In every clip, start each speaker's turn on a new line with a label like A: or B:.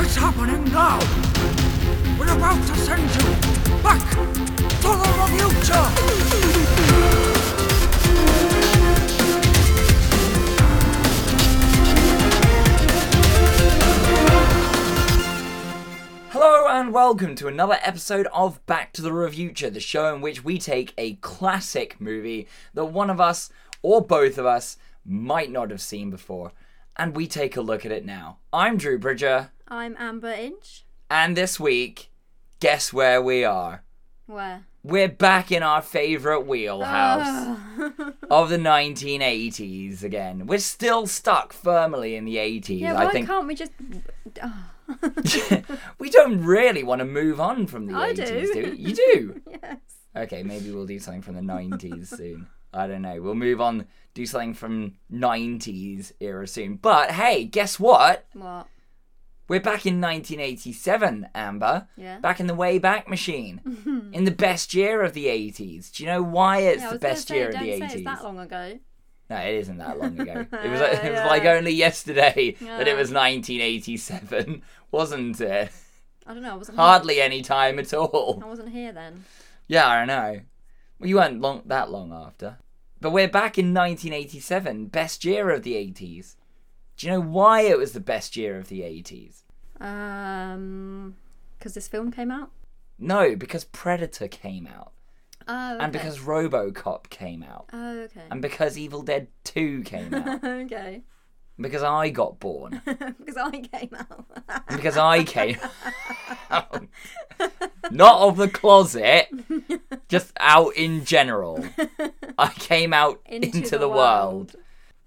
A: is happening now. We're about to send you back to the future.
B: Hello and welcome to another episode of Back to the Revuture, the show in which we take a classic movie that one of us or both of us might not have seen before, and we take a look at it now. I'm Drew Bridger,
C: I'm Amber Inch.
B: and this week, guess where we are?
C: Where?
B: We're back in our favourite wheelhouse of the 1980s again. We're still stuck firmly in the 80s.
C: Yeah,
B: I
C: why
B: think
C: can't we just? ah,
B: we don't really want to move on from the
C: I
B: 80s,
C: do.
B: do we? You do.
C: yes.
B: Okay, maybe we'll do something from the 90s soon. I don't know. We'll move on, do something from 90s era soon. But hey, guess what?
C: What?
B: We're back in 1987, Amber.
C: Yeah.
B: Back in the Wayback Machine. in the best year of the 80s. Do you know why it's
C: yeah, I
B: the
C: was
B: best
C: gonna say,
B: year
C: don't
B: of the
C: say
B: 80s?
C: It's that long ago.
B: No, it isn't that long ago. It was, it was
C: Yeah.
B: like only yesterday that it
C: Yeah.
B: was 1987, wasn't it?
C: I don't know. I wasn't.
B: Hardly any time at all.
C: Here. I wasn't here then.
B: Yeah, I know. Well, you weren't long that long after. But we're back in 1987, best year of the 80s. Do you know why it was the best year of the 80s?
C: Um, because this film came out.
B: No, because Predator came out,
C: Oh. Okay.
B: and because RoboCop came out,
C: Oh, okay.
B: and because Evil Dead 2 came out,
C: okay.
B: and because I got born,
C: because I came out.
B: and because I came out. Not of the closet, just out in general. I came out into, the, world.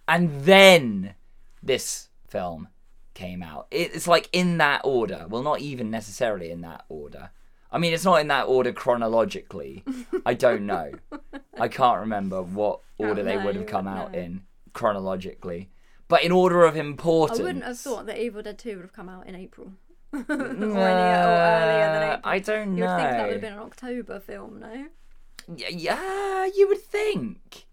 B: and then this film came out. It- It's like in that order. Well, not even necessarily in that order. I mean, it's not in that order chronologically. I don't know. I can't remember what order they
C: no,
B: would have
C: you
B: come
C: wouldn't
B: out
C: know.
B: in chronologically, but in order of
C: I
B: importance.
C: wouldn't have thought that Evil Dead Two would have come out in April. or any, or earlier
B: Uh,
C: than April.
B: I don't
C: You
B: know.
C: would think that would have been an October film, no?
B: Y- Yeah, you would think.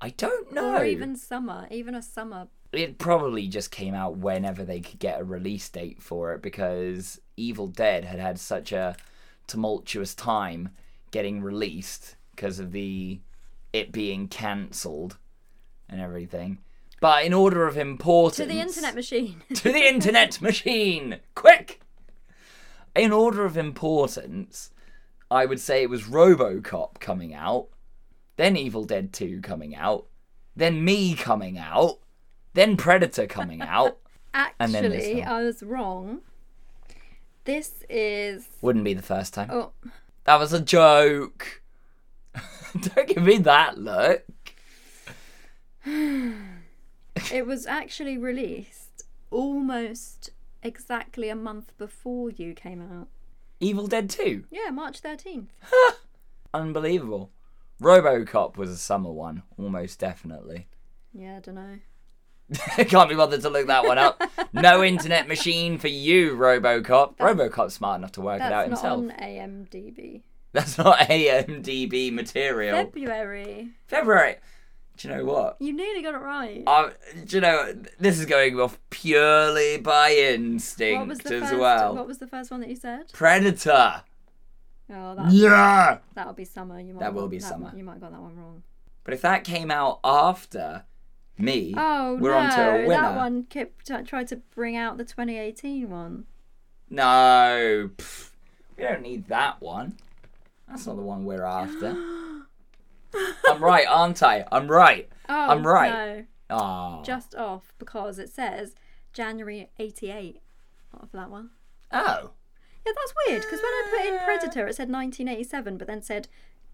B: I don't know.
C: Or even summer, even a summer.
B: it probably just came out whenever they could get a release date for it because Evil Dead had had such a tumultuous time getting released because of the it being cancelled and everything. But in order of importance
C: To the internet machine.
B: to the internet machine, quick! In order of importance, I would say it was RoboCop coming out, then Evil Dead 2 coming out, then me coming out, then Predator coming out. And then this
C: Actually,
B: film.
C: I was wrong. This is
B: Wouldn't be the first time.
C: oh
B: That was a joke. Don't give me that look.
C: it was actually released almost exactly a month before you came out.
B: Evil Dead 2.
C: Yeah, March 13th.
B: Unbelievable. RoboCop was a summer one, almost definitely.
C: Yeah, I don't know.
B: Can't be bothered to look that one up. No internet machine for you, RoboCop. RoboCop's smart enough to work it
C: That's
B: out
C: not
B: himself.
C: on AMDB.
B: That's not AMDB material.
C: February.
B: February. Do you know what?
C: You nearly got it right.
B: I, do you know this is going off purely by instinct
C: What was the
B: as
C: first
B: well.
C: what was the first one that you said?
B: Predator.
C: Oh, that
B: Yeah.
C: that'll be summer. You might
B: That
C: have
B: will
C: got-
B: be summer.
C: You might have got that one wrong.
B: But if that came out after me,
C: Oh
B: we're
C: no,
B: on to a winner.
C: that one kept t- tried to bring out the 2018 one.
B: No, pff, we don't need that one. That's not the one we're after. I'm right, aren't I? I'm right.
C: Oh,
B: I'm right.
C: No,
B: Ah,
C: just off because it says January 88 off that one.
B: oh,
C: Yeah, that's weird because when I put in Predator, it said 1987, but then said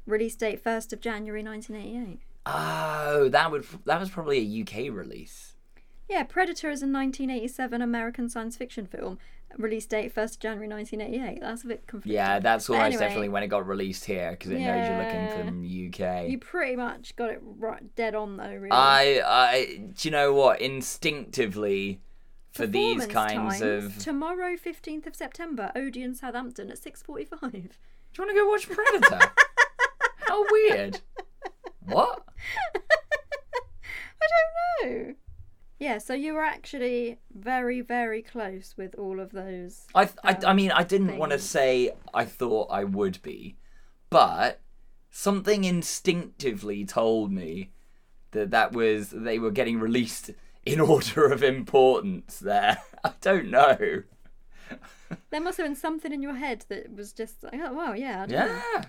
C: release date 1st of January 1988.
B: oh, that would that was probably a UK release.
C: Yeah, Predator is a 1987 American science fiction film. Release date 1st of January 1988. That's a bit confusing.
B: Yeah, that's almost
C: anyway.
B: definitely when it got released here because it knows
C: Yeah.
B: you're looking from UK.
C: You pretty much got it right dead on though, really.
B: I, I, do you know what? Instinctively, for these
C: Performance
B: kinds
C: times,
B: of, do
C: tomorrow 15th of september odeon southampton at 6.45
B: you want to go watch Predator? How weird. What?
C: no Yeah, so you were actually very, very close with all of those.
B: I, th- I,
C: um,
B: I mean, I didn't want to
C: things.
B: say I thought I would be, but something instinctively told me that that was they were getting released in order of importance. There, I don't know.
C: There must have been something in your head that was just like, oh, wow, yeah. I don't
B: Yeah,
C: know.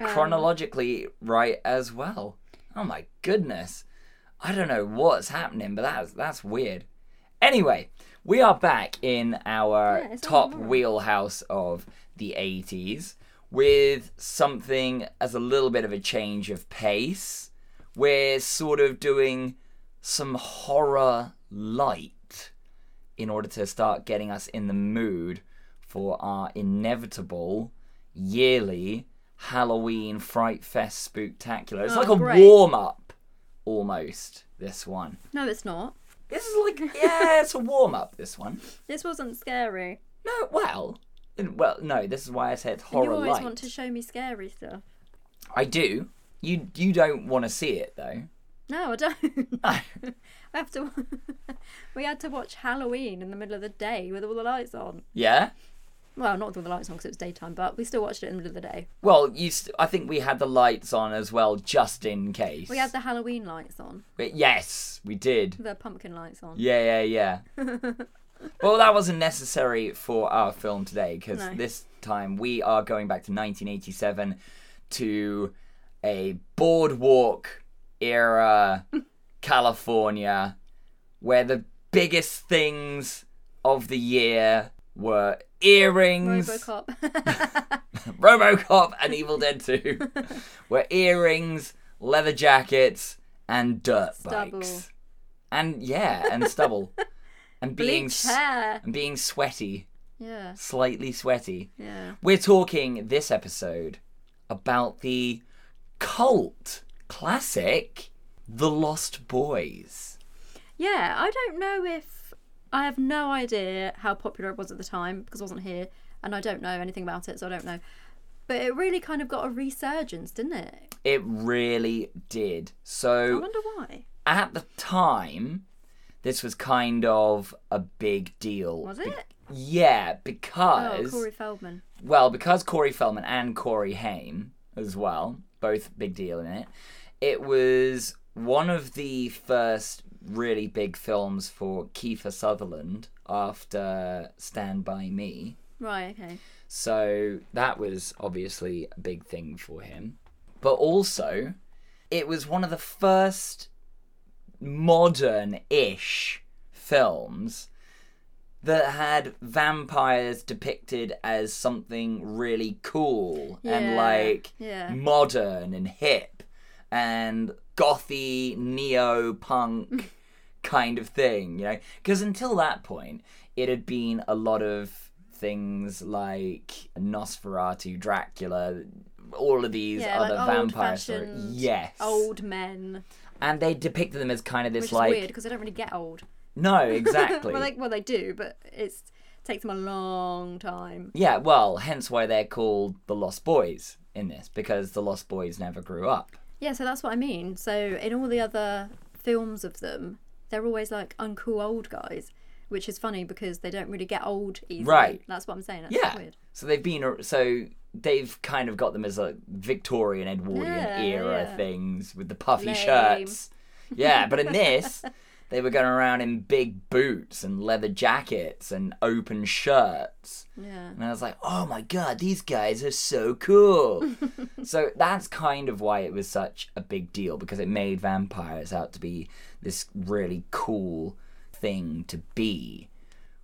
C: Um,
B: chronologically right as well. Oh my goodness, I don't know what's happening, but that's that's weird. Anyway, we are back in our
C: Yeah, it's
B: top
C: all right.
B: wheelhouse of the 80s with something as a little bit of a change of pace. We're sort of doing some horror light in order to start getting us in the mood for our inevitable yearly Halloween Fright Fest Spooktacular. It's
C: Oh,
B: like a
C: great.
B: warm up almost, this one.
C: No, it's not.
B: This is like, yeah, it's a warm up, this one.
C: This wasn't scary.
B: No, well, n- well, no, this is why I said
C: And
B: horror
C: you always
B: light.
C: want to show me scary stuff.
B: I do. You you don't want to see it though.
C: No, I don't.
B: No.
C: I have to. we had to watch Halloween in the middle of the day with all the lights on.
B: Yeah.
C: Well, not with all the lights on because it was daytime, but we still watched it in the middle of the day.
B: Well, you. St- I think we had the lights on as well, just in case.
C: We had the Halloween lights on,
B: But yes, we did.
C: the pumpkin lights on.
B: Yeah, yeah, yeah. well, that wasn't necessary for our film today because
C: No.
B: this time we are going back to 1987 to a boardwalk era California where the biggest things of the year were earrings,
C: Robocop.
B: Robocop and Evil Dead 2, were earrings, leather jackets, and dirt
C: Stubble.
B: bikes. And yeah, and stubble. And being
C: Bleach
B: s-
C: hair.
B: and being sweaty,
C: Yeah,
B: slightly sweaty.
C: yeah.
B: We're talking this episode about the cult classic The Lost Boys.
C: Yeah, I don't know if. I have no idea how popular it was at the time because I wasn't here and I don't know anything about it, so I don't know. But it really kind of got a resurgence, didn't it?
B: It really did.
C: I
B: So
C: wonder why.
B: at the time, this was kind of a big deal.
C: Was it?
B: Yeah,
C: Oh,
B: because
C: Corey Feldman.
B: well, because Corey Feldman and Corey Haim as well, both big deal in it. It was one of the first really big films for Kiefer Sutherland after Stand by Me.
C: Right, okay.
B: So that was obviously a big thing for him. But also, it was one of the first modern ish films that had vampires depicted as something really cool and
C: Yeah,
B: like
C: yeah.
B: modern and hip and gothy neo punk kind of thing, you know? Because until that point, it had been a lot of things like Nosferatu, Dracula, all of these
C: Yeah, like
B: other vampire stories.
C: old-fashioned
B: Yes.
C: Old men.
B: And they depicted them as kind of this
C: Which is
B: like.
C: weird because they don't really get old.
B: No, exactly.
C: well, they, well, they do, but it's takes them a long time.
B: Yeah, well, hence why they're called the Lost Boys in this, because the Lost Boys never grew up.
C: Yeah, so that's what I mean. So in all the other films of them, they're always like uncool old guys, which is funny because they don't really get old easily.
B: Right.
C: That's what I'm saying. That's
B: Yeah.
C: weird.
B: So they've been so they've kind of got them as a Victorian Edwardian
C: Yeah,
B: era
C: yeah.
B: things with the puffy
C: Lame.
B: shirts. Yeah, but in this they were going around in big boots and leather jackets and open shirts.
C: Yeah.
B: And I was like, "Oh my god, these guys are so cool." so that's kind of why it was such a big deal because it made vampires out to be this really cool thing to be.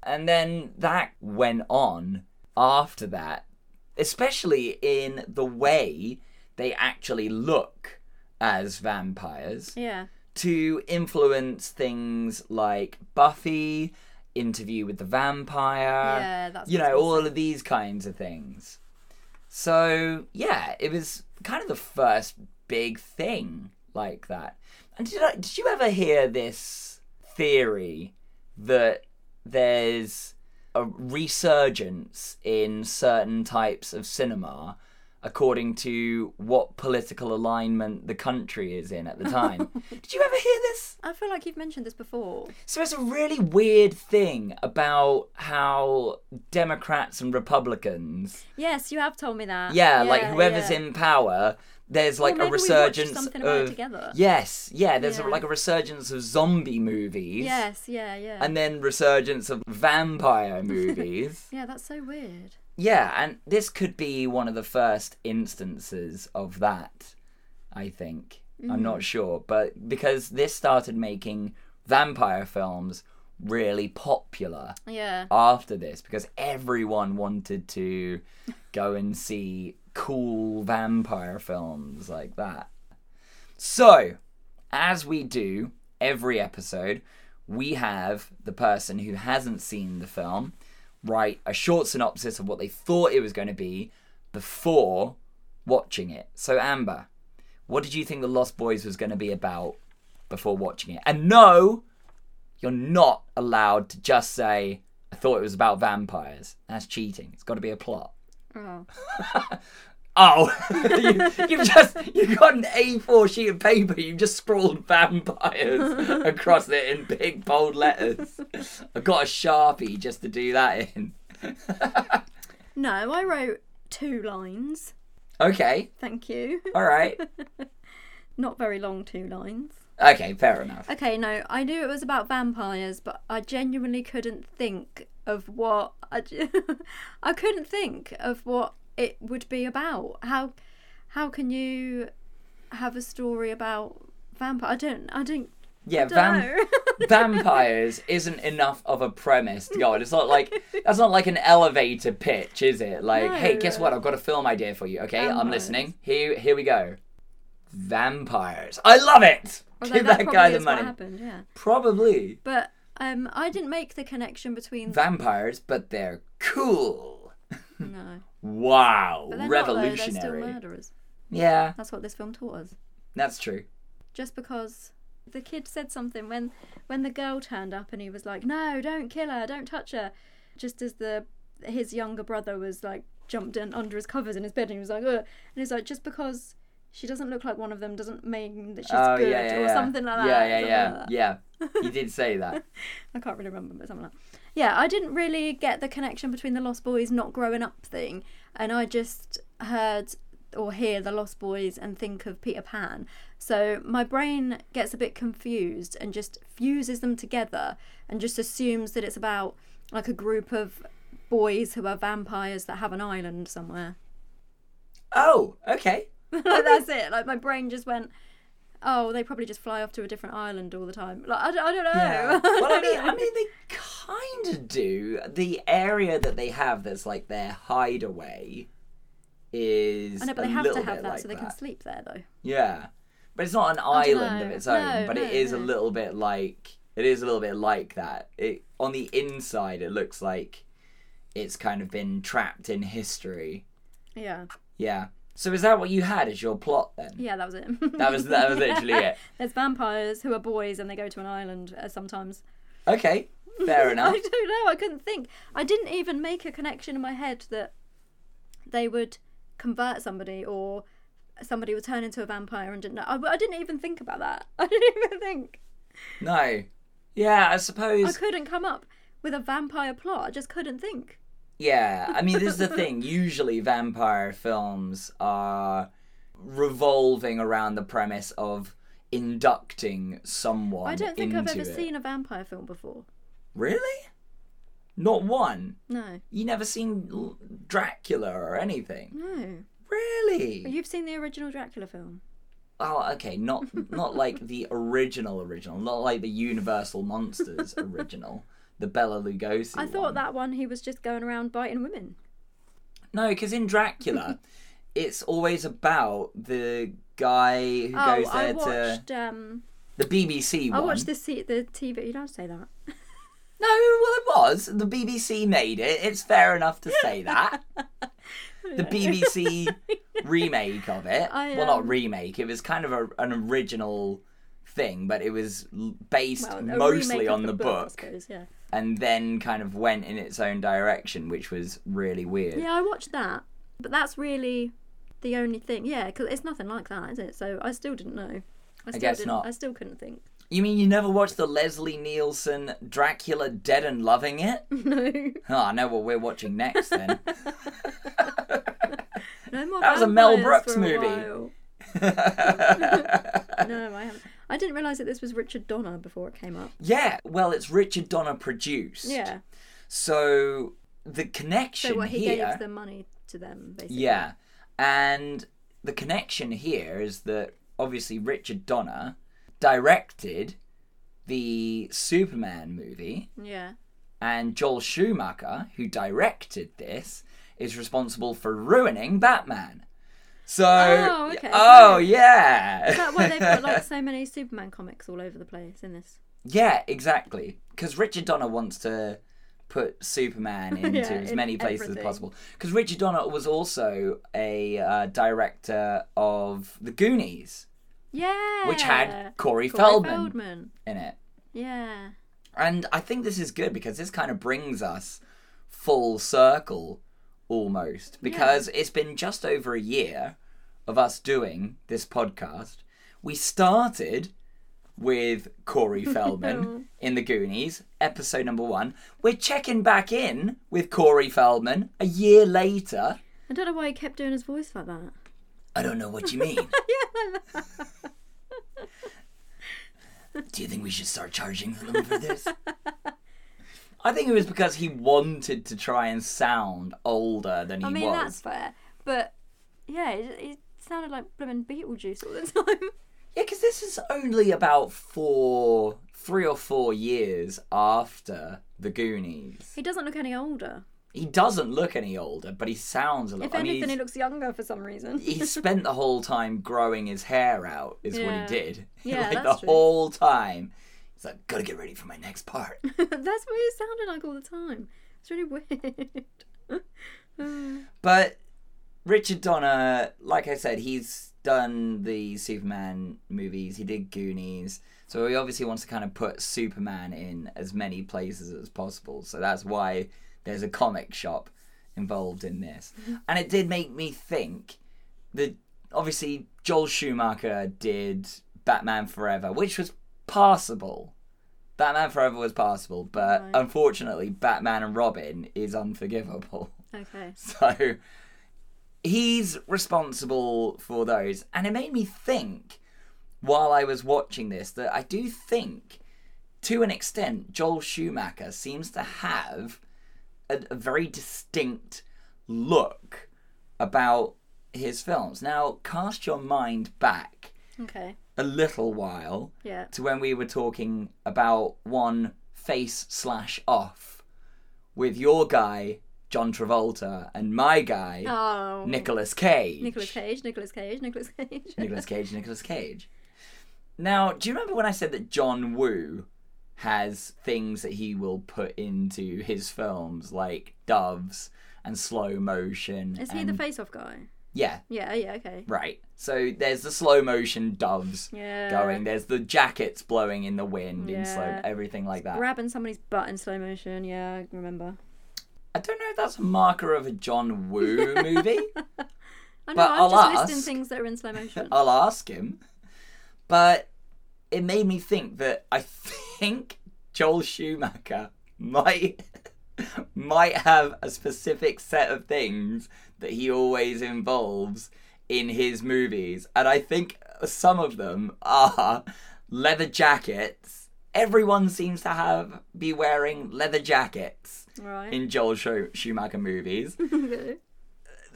B: And then that went on after that, especially in the way they actually look as vampires
C: Yeah.
B: to influence things like Buffy, Interview with the Vampire,
C: Yeah, that's
B: you
C: what I
B: know,
C: was
B: all of these kinds of things. So, yeah, it was kind of the first big thing like that. And did, I, did you ever hear this theory that there's a resurgence in certain types of cinema according to what political alignment the country is in at the time. Did you ever hear this?
C: I feel like you've mentioned this before.
B: So it's a really weird thing about how Democrats and Republicans,
C: Yes, you have told me that.
B: yeah, like whoever's
C: yeah.
B: in power, there's like
C: maybe
B: a
C: we watched
B: resurgence
C: something about it
B: of
C: together.
B: yes, yeah, there's
C: Yeah.
B: like a resurgence of zombie movies,
C: Yes, yeah, yeah.
B: and then resurgence of vampire movies.
C: yeah, that's so weird.
B: yeah, and this could be one of the first instances of that. I think I'm not sure, but because this started making vampire films really popular
C: Yeah.
B: after this because everyone wanted to go and see cool vampire films like that. So, as we do every episode, we have the person who hasn't seen the film write a short synopsis of what they thought it was going to be before watching it. So, Amber, what did you think The Lost Boys was going to be about before watching it? And no, you're not allowed to just say, I thought it was about vampires. That's cheating. It's got to be a plot.
C: Oh.
B: Oh, you, you've just you've got an A4 sheet of paper. You've just scrawled vampires across it in big bold letters. I've got a sharpie just to do that in.
C: No, I wrote two lines.
B: Okay,
C: Thank you.
B: all right.
C: Not very long two lines.
B: Okay, fair enough.
C: Okay, no, I knew it was about vampires, but I genuinely couldn't think of what I, j- I couldn't think of what it would be about. How how can you have a story about vampire? I don't I don't,
B: Yeah,
C: don't
B: vamp.
C: know.
B: vampires isn't enough of a premise to go on. It's not like that's not like an elevator pitch, is it? Like, hey,
C: No.
B: guess what? I've got a film idea for you. Okay, I'm
C: Vampires.
B: listening. Here, here we go. Vampires. I love it.
C: Although
B: Give that,
C: probably
B: guy the
C: is what
B: money.
C: happened, yeah.
B: Probably
C: But um, I didn't make the connection between
B: vampires, but they're cool.
C: no,
B: Wow,
C: but they're Not, though, they're still
B: revolutionary.
C: murderers.
B: yeah,
C: That's what this film taught us.
B: that's true.
C: just because the kid said something when when the girl turned up and he was like no don't kill her don't touch her just as the his younger brother was like jumped in under his covers in his bed and he was like Ugh. and he's like just because she doesn't look like one of them doesn't mean that she's
B: oh
C: good
B: yeah, yeah,
C: or
B: yeah.
C: something like that
B: Yeah, yeah,
C: something
B: yeah,
C: like that.
B: yeah. He did say that.
C: i can't really remember but something like that. yeah i didn't really get the connection between the lost boys not growing up thing and i just heard or hear the lost boys and think of peter pan so my brain gets a bit confused and just fuses them together and just assumes that it's about like a group of boys who are vampires that have an island somewhere.
B: Oh, okay.
C: like that's it. Like my brain just went, oh, they probably just fly off to a different island all the time. Like I, don't- I don't know.
B: Yeah.
C: Oh.
B: Well, I mean, I
C: don't know.
B: mean, they kind of do. The area that they have that's like their hideaway is.
C: I know, but
B: a
C: they have to
B: little
C: have
B: bit
C: that
B: like
C: so they can
B: that.
C: sleep there though.
B: Yeah, but it's not an island of
C: know.
B: its own.
C: No,
B: but it
C: no,
B: is a
C: no.
B: little bit like it is a little bit like that. It on the inside, it looks like it's kind of been trapped in history.
C: Yeah.
B: Yeah. So is that what you had as your plot then?
C: Yeah, that was it.
B: That was that was literally it.
C: There's vampires who are boys and they go to an island uh, sometimes.
B: Okay, fair enough.
C: I don't know. I couldn't think. I didn't even make a connection in my head that they would convert somebody or somebody would turn into a vampire and didn't know. I, I didn't even think about that. I didn't even think.
B: No. Yeah, I
C: I
B: suppose.
C: couldn't come up with a vampire plot. I just couldn't think.
B: Yeah, I mean, this is the thing. Usually, vampire films are revolving around the premise of inducting someone.
C: I don't think I've
B: into
C: ever
B: it.
C: seen a vampire film before.
B: Really? Not one.
C: No.
B: You never seen L- Dracula or anything.
C: No. But
B: Really?
C: You've seen the original Dracula film.
B: Oh, okay. Not not like the original original. Not like the Universal Monsters original. The Bela Lugosi.
C: I thought
B: one.
C: that one he was just going around biting women.
B: No, because in Dracula, it's always about the guy who
C: Oh,
B: goes
C: I
B: there to
C: watched. Um,
B: the BBC
C: I
B: one.
C: watched the se- the TV. You don't say that.
B: No, well, it was the BBC made it. It's fair enough to say that the BBC remake of it.
C: I,
B: well, not
C: um,
B: remake. It was kind of a, an original thing, but it was l- based
C: Well, a remake
B: mostly
C: of
B: on the,
C: I
B: book,
C: suppose, yeah.
B: and then kind of went in its own direction, which was really weird.
C: yeah, I watched that, but that's really the only thing. Yeah, because it's nothing like that, is it? So I still didn't know. I still
B: guess
C: didn't,
B: not.
C: I still couldn't think.
B: You mean you never watched the Leslie Nielsen Dracula Dead and Loving It?
C: No,
B: Oh, I know what we're watching next then.
C: no more.
B: That was a Mel
C: vampires
B: Brooks
C: for a
B: movie.
C: while. No, I haven't. I didn't realise that this was Richard Donner before it came up.
B: yeah, well, it's Richard Donner produced.
C: Yeah.
B: So the connection
C: So what he
B: here.
C: gave the money to them, basically.
B: Yeah. And the connection here is that obviously Richard Donner directed the Superman movie,
C: Yeah.
B: and Joel Schumacher, who directed this, is responsible for ruining Batman. So,
C: Oh, okay.
B: oh, yeah.
C: Is that why they put like so many Superman comics all over the place in this?
B: Yeah, exactly. Because Richard Donner wants to put Superman into
C: Yeah,
B: as
C: in
B: many places
C: everything.
B: as possible. Because Richard Donner was also a uh, director of The Goonies,
C: Yeah.
B: which had Corey,
C: Corey
B: Feldman,
C: Feldman.
B: in it.
C: Yeah.
B: And I think this is good because this kind of brings us full circle almost. Because it's been just over a year of us doing this podcast. We started with Corey Feldman in The Goonies, episode number one. We're checking back in with Corey Feldman a year later.
C: I don't know why he kept doing his voice like that.
B: I don't know what you mean. Do you think we should start charging them for this? I think it was because he wanted to try and sound older than he
C: I mean,
B: was.
C: that's fair. But yeah, it, it sounded like blooming Beetlejuice all the time.
B: Yeah, because this is only about four, three or four years after the Goonies.
C: he doesn't look any older.
B: He doesn't look any older, but he sounds a lot.
C: If
B: I mean,
C: anything, he
B: he's-
C: looks younger for some reason.
B: he spent the whole time growing his hair out, is
C: Yeah.
B: what he did.
C: Yeah,
B: like
C: that's
B: the
C: true.
B: whole time. He's like, gotta get ready for my next part.
C: That's what he sounded like all the time. It's really weird.
B: But Richard Donner, like I said, he's done the Superman movies. He did Goonies. So he obviously wants to kind of put Superman in as many places as possible. So that's why there's a comic shop involved in this. And it did make me think that obviously Joel Schumacher did Batman Forever, which was passable. Batman Forever was passable, but
C: Right.
B: unfortunately, Batman and Robin is unforgivable.
C: okay.
B: So he's responsible for those. And it made me think while I was watching this that I do think, to an extent, Joel Schumacher seems to have a, a very distinct look about his films. Now, cast your mind back
C: Okay.
B: a little while
C: Yeah.
B: to when we were talking about one face slash off with your guy John Travolta and my guy
C: Oh.
B: Nicholas Cage.
C: Nicholas Cage, Nicholas Cage, Nicholas Cage.
B: Nicholas Cage. Nicholas Cage. Now, do you remember when I said that John Woo has things that he will put into his films like doves and slow motion?
C: Is he
B: and-
C: the face off guy?
B: Yeah,
C: Yeah, yeah, okay.
B: right. So there's the slow motion doves
C: Yeah.
B: going. There's the jackets blowing in the wind and slow
C: Yeah.
B: everything like that.
C: Grabbing somebody's butt in slow motion, yeah, I remember.
B: I don't know if that's a marker of a John Woo movie.
C: I know,
B: But
C: I'm
B: I'll
C: just
B: ask-
C: listing things that are in slow motion.
B: I'll ask him. But it made me think that I think Joel Schumacher might might have a specific set of things that he always involves in his movies. And I think some of them are leather jackets. Everyone seems to have be wearing leather jackets
C: right.
B: in Joel Schu- Schumacher movies
C: Okay.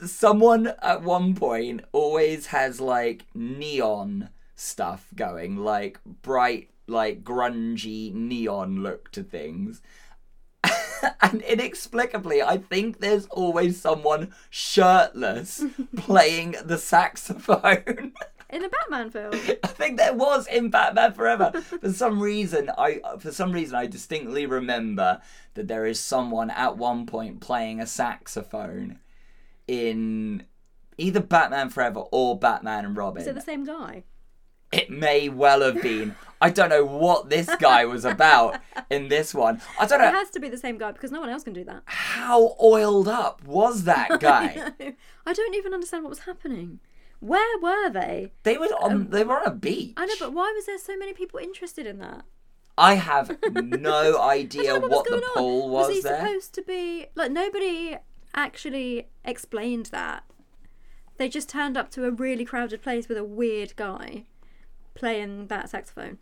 B: someone at one point always has like neon stuff going, like bright, like grungy neon look to things. and inexplicably, I think there's always someone shirtless playing the saxophone.
C: in the Batman film.
B: I think there was in Batman Forever. For some reason, I for some reason I distinctly remember that there is someone at one point playing a saxophone in either Batman Forever or Batman and Robin.
C: Is it the same guy?
B: It may well have been. I don't know what this guy was about in this one. I don't
C: It
B: know
C: has to be the same guy because no one else can do that.
B: how oiled up was that guy.
C: I don't even understand what was happening. Where were they?
B: They were on. They were on a beach.
C: Um, I know, but why was there so many people interested in that?
B: I have no
C: I
B: idea
C: don't know
B: what,
C: was
B: the
C: going on.
B: poll was,
C: he
B: there.
C: supposed to be like nobody actually explained that. They just turned up to a really crowded place with a weird guy playing that saxophone.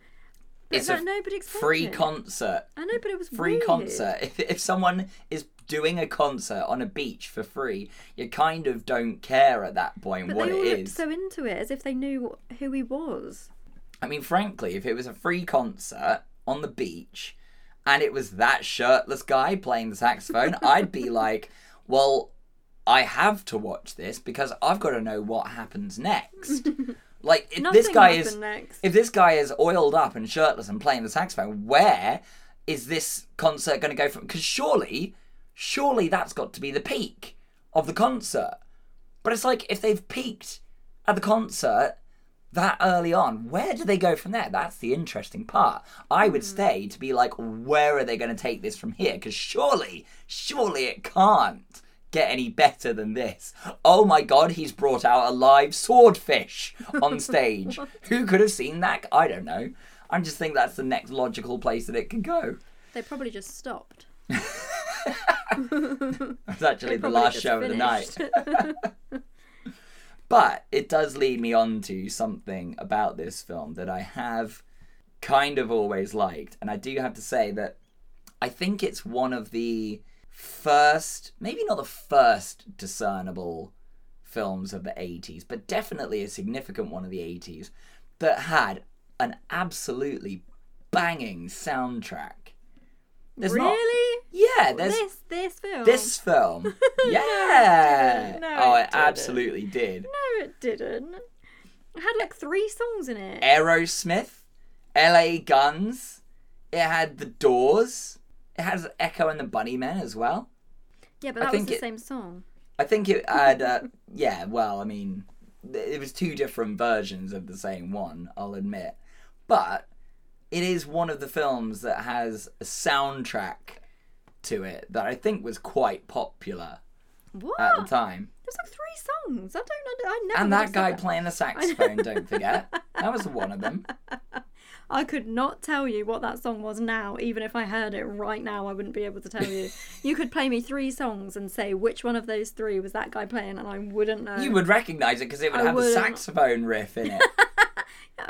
C: But
B: It's a
C: like nobody explained
B: Free
C: it.
B: concert.
C: I know, but it was
B: Free
C: weird.
B: concert. If, if someone is doing a concert on a beach for free, you kind of don't care at that point
C: But
B: what
C: they
B: it
C: all looked
B: is.
C: so into it as if they knew who he was.
B: I mean, frankly, if it was a free concert on the beach and it was that shirtless guy playing the saxophone, I'd be like, well, I have to watch this because I've got to know what happens next. like, if
C: Nothing
B: this guy
C: happened
B: is.
C: next.
B: If this guy is oiled up and shirtless and playing the saxophone, where is this concert going to go from? Because surely, surely that's got to be the peak of the concert. But it's like if they've peaked at the concert that early on, where do they go from there? That's the interesting part. I would stay to be like, where are they going to take this from here? Because surely, surely it can't get any better than this. Oh my god, he's brought out a live swordfish on stage. Who could have seen that? I don't know. I just think that's the next logical place that it can go.
C: They probably just stopped.
B: It's actually the
C: Probably
B: last
C: just
B: show of the night.
C: finished.
B: But it does lead me on to something about this film that I have kind of always liked. And I do have to say that I think it's one of the first, maybe not the first discernible films of the 80s, but definitely a significant one of the 80s that had an absolutely banging soundtrack. There's not-
C: really?
B: yeah, there's
C: This this film?
B: this film. Yeah.
C: Oh. No,
B: oh, it
C: it didn't.
B: absolutely did.
C: No, it didn't. It had like three songs in it.
B: Eh, Aerosmith, LA Guns. It had The Doors. It has Echo and the Bunnymen as well.
C: Yeah, but
B: I
C: that was
B: think
C: the
B: it-
C: same song.
B: I think it had, uh, yeah, well, I mean, th- it was two different versions of the same one, I'll admit. But it is one of the films that has a soundtrack to it that I think was quite popular
C: What?
B: at the time.
C: There's like three songs. I don't know. I never.
B: And
C: would
B: that
C: have said
B: guy playing the saxophone, don't forget. That was one of them.
C: I could not tell you what that song was now. Even if I heard it right now, I wouldn't be able to tell you. you could play me three songs and say which one of those three was that guy playing, and I wouldn't know.
B: You would recognise it because it would
C: I
B: have the
C: wouldn't.
B: saxophone riff in it.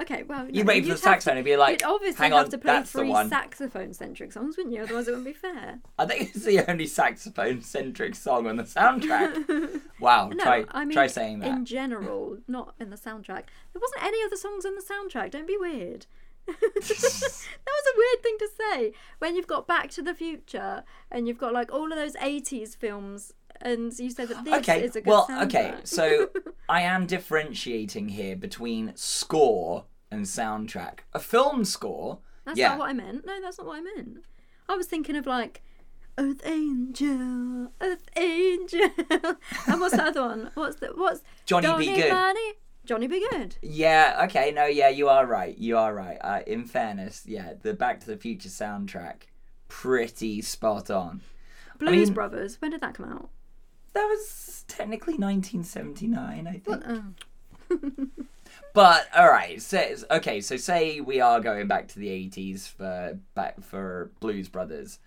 C: Okay, well,
B: You
C: no,
B: wait for
C: you'd
B: the
C: have to-
B: saxophone and be like,
C: You'd obviously
B: hang
C: have
B: on,
C: to play
B: that's the
C: three
B: one.
C: saxophone-centric songs, wouldn't you? Otherwise, it wouldn't be fair.
B: I think it's the only saxophone-centric song on the soundtrack. wow,
C: No,
B: try
C: I mean,
B: try saying that.
C: in general, not in the soundtrack. There wasn't any other songs on the soundtrack. Don't be weird. that was a weird thing to say when you've got Back to the Future and you've got like all of those '80s films, and you said that this
B: okay,
C: is a good
B: well,
C: soundtrack.
B: okay. So I am differentiating here between score and soundtrack. A film score,
C: that's
B: yeah,
C: not what I meant. No, that's not what I meant. I was thinking of like Earth Angel, Earth Angel, and what's the other one? What's the what's
B: Johnny Be Good.
C: Money? Johnny Be Good.
B: yeah. Okay, no, yeah, you are right. You are right. Uh, in fairness, yeah, the Back to the Future soundtrack, pretty spot on.
C: Blues
B: mean-
C: Brothers. When did that come out?
B: That was technically 1979, I think.
C: Oh.
B: But all right, so okay, so say we are going back to the eighties for back for Blues Brothers,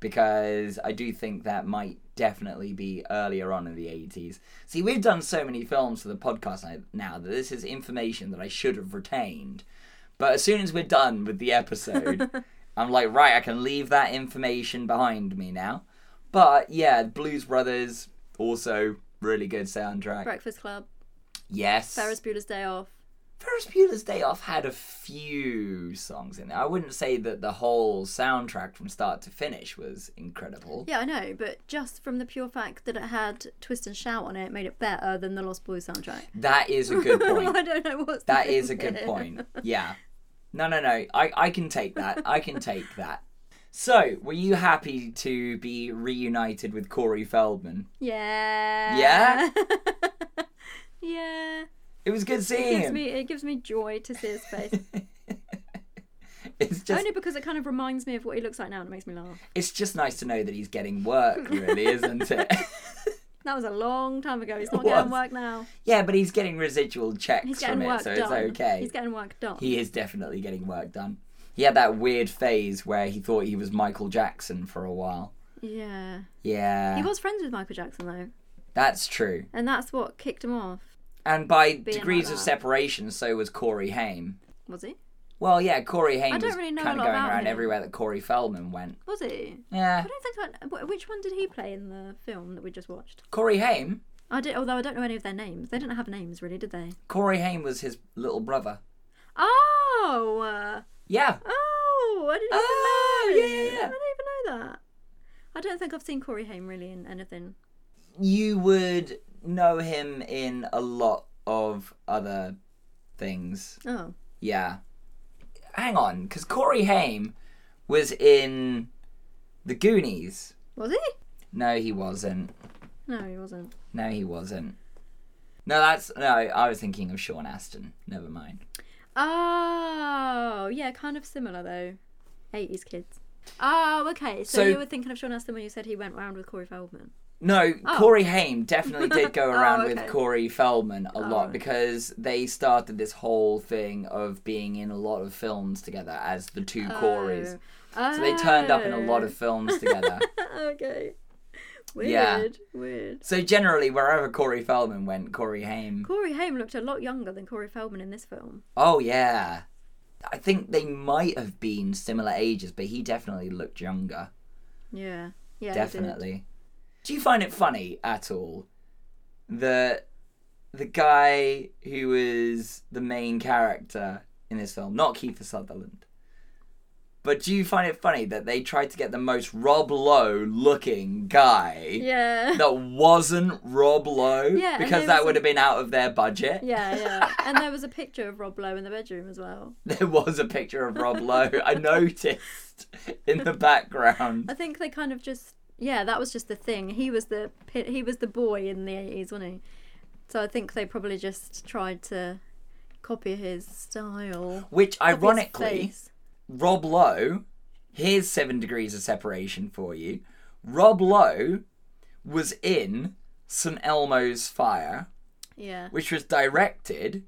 B: because I do think that might definitely be earlier on in the eighties. See, we've done so many films for the podcast ni- now that this is information that I should have retained. But as soon as we're done with the episode, I'm like, right, I can leave that information behind me now. But yeah, Blues Brothers also really good soundtrack.
C: Breakfast Club,
B: Yes.
C: Ferris Bueller's Day Off.
B: Ferris Bueller's Day Off had a few songs in there. I wouldn't say that the whole soundtrack from start to finish was incredible.
C: Yeah, I know, but just from the pure fact that it had Twist and Shout on it, made it better than the Lost Boys soundtrack.
B: That is a good point.
C: I don't know what's.
B: that is a good point. Yeah. No, no, no. I, I can take that. I can take that. So, were you happy to be reunited with Corey Feldman?
C: Yeah.
B: Yeah?
C: yeah.
B: It was good
C: It
B: seeing
C: gives
B: him.
C: me it gives me joy to see his face.
B: it's just
C: Only because it kind of reminds me of what he looks like now and it makes me laugh.
B: it's just nice to know that he's getting work, really, isn't it?
C: That was a long time ago. He's not
B: It
C: getting
B: was.
C: work now.
B: yeah, but he's getting residual checks
C: He's
B: from
C: getting
B: it,
C: work
B: so
C: done.
B: it's okay.
C: He's getting work done.
B: he is definitely getting work done. He had that weird phase where he thought he was Michael Jackson for a while.
C: yeah.
B: Yeah,
C: He was friends with Michael Jackson though,
B: that's true.
C: and that's what kicked him off.
B: And by
C: like
B: degrees of
C: that.
B: separation, so was Corey Haim.
C: Was he?
B: Well, yeah, Corey Haim
C: I don't
B: was
C: really know a
B: kind of
C: lot
B: going
C: about
B: around
C: him.
B: everywhere that Corey Feldman went.
C: Was he?
B: Yeah,
C: I don't think I. wh- Which one did he play in the film that we just watched?
B: Corey Haim.
C: I did, although I don't know any of their names. They didn't have names really, did they?
B: Corey Haim was his little brother.
C: Oh, uh,
B: Yeah.
C: oh! I didn't even
B: Oh,
C: know.
B: yeah, yeah, yeah.
C: I didn't even know that. I don't think I've seen Corey Haim really in anything.
B: You would know him in a lot of other things.
C: Oh,
B: Yeah. Hang on, because Corey Haim was in The Goonies.
C: was he?
B: No, he wasn't.
C: No, he wasn't.
B: No, he wasn't. No, that's. No, I was thinking of Sean Aston. Never mind.
C: Oh, yeah, kind of similar though. 80s kids. Oh, okay. So,
B: So-
C: you were thinking of Sean Astin when you said he went round with Corey Feldman.
B: No,
C: Oh.
B: Corey Haim definitely did go
C: Oh,
B: around with
C: okay.
B: Corey Feldman a lot
C: Oh.
B: because they started this whole thing of being in a lot of films together as the two Coreys.
C: Oh.
B: So they turned up in a lot of
C: Oh.
B: films together.
C: okay. Weird.
B: Yeah.
C: Weird.
B: so generally, wherever Corey Feldman went, Corey Haim.
C: Corey Haim looked a lot younger than Corey Feldman in this film.
B: Oh yeah, I think they might have been similar ages, but he definitely looked younger.
C: Yeah. Yeah. he did.
B: definitely. Do you find it funny at all that the guy who was the main character in this film, not Kiefer Sutherland, but do you find it funny that they tried to get the most Rob Lowe looking guy
C: Yeah.
B: that wasn't Rob Lowe
C: Yeah, and
B: because
C: they
B: that
C: was
B: would
C: like-
B: have been out of their budget?
C: Yeah, yeah. And there was a picture of Rob Lowe in the bedroom as well.
B: There was a picture of Rob Lowe I noticed in the background.
C: I think they kind of just yeah, that was just the thing. He was the pi- he was the boy in the eighties, wasn't he? So I think they probably just tried to copy his style.
B: Which
C: copy his
B: ironically
C: face.
B: Rob Lowe, here's seven degrees of separation for you. Rob Lowe was in St. Elmo's Fire,
C: yeah.
B: which was directed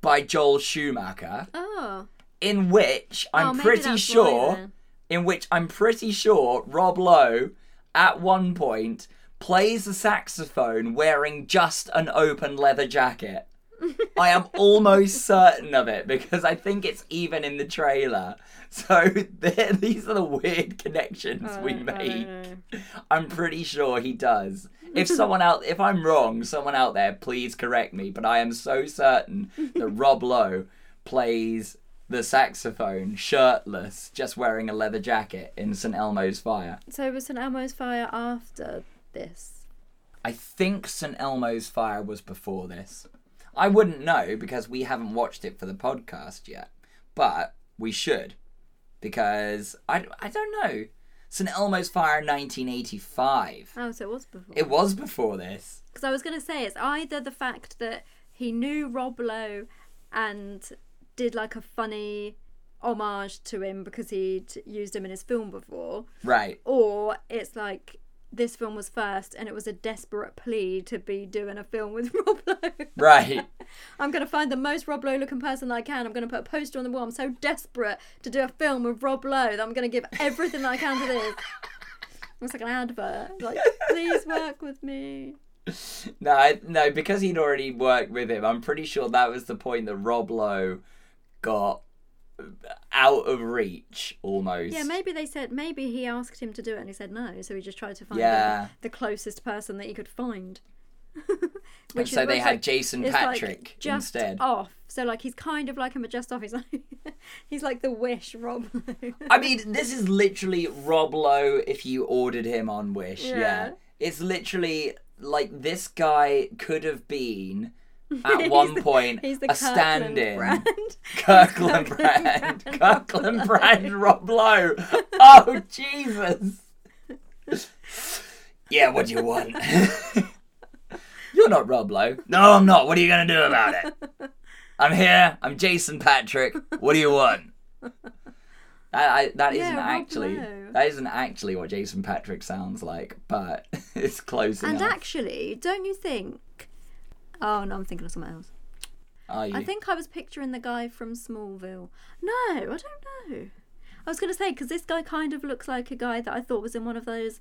B: by Joel Schumacher,
C: Oh,
B: in which
C: Oh,
B: I'm
C: maybe
B: pretty
C: that's why
B: sure,
C: then.
B: in which I'm pretty sure Rob Lowe at one point plays the saxophone wearing just an open leather jacket. I am almost certain of it because I think it's even in the trailer. So there- these are the weird connections
C: I
B: we
C: don't- I
B: make.
C: don't know.
B: I'm pretty sure he does. If someone out, if I'm wrong, someone out there, please correct me. But I am so certain that Rob Lowe plays the saxophone shirtless, just wearing a leather jacket in St Elmo's Fire.
C: So was St Elmo's Fire after this?
B: I think St Elmo's Fire was before this. I wouldn't know because we haven't watched it for the podcast yet, but we should because I I don't know. St Elmo's Fire, 1985.
C: Oh, so it was before.
B: It was before this.
C: Because I was going to say it's either the fact that he knew Rob Lowe and did like a funny homage to him because he'd used him in his film before,
B: Right.
C: or it's like this film was first and it was a desperate plea to be doing a film with Rob Lowe.
B: Right.
C: I'm going to find the most Rob Lowe looking person that I can. I'm going to put a poster on the wall. I'm so desperate to do a film with Rob Lowe that I'm going to give everything that I can to this. It's like an advert. Like, please work with me.
B: no, I, no, because he'd already worked with him, I'm pretty sure that was the point that Rob Lowe got out of reach almost.
C: Yeah, maybe they said maybe he asked him to do it and he said no, so he just tried to find
B: Yeah.
C: the, the closest person that he could find.
B: And
C: Which
B: so
C: is-
B: they
C: which,
B: had
C: like,
B: Jason
C: is, like,
B: Patrick
C: just
B: instead.
C: off. So like he's kind of like him, but just off. He's like he's like the wish Rob. Lowe.
B: I mean, this is literally Rob Lowe if you ordered him on Wish. Yeah.
C: Yeah.
B: It's literally like this guy could have been at
C: He's
B: one
C: the-
B: point
C: he's the
B: a
C: Kirkland
B: stand in.
C: brand.
B: Kirkland
C: Kirkland
B: brand.
C: brand,
B: Kirkland
C: Rob
B: brand Rob Lowe. Oh Jesus. Yeah, what do you want? You're not Rob Lowe. No, I'm not. What are you going to do about it? I'm here. I'm Jason Patrick. What do you want? That, I, that
C: Yeah,
B: not
C: Rob
B: actually
C: Lowe.
B: that isn't actually what Jason Patrick sounds like, but it's close
C: And
B: enough.
C: actually, don't you think? Oh no, I'm thinking of something else.
B: Are you?
C: I think I was picturing the guy from Smallville. No, I don't know. I was going to say because this guy kind of looks like a guy that I thought was in one of those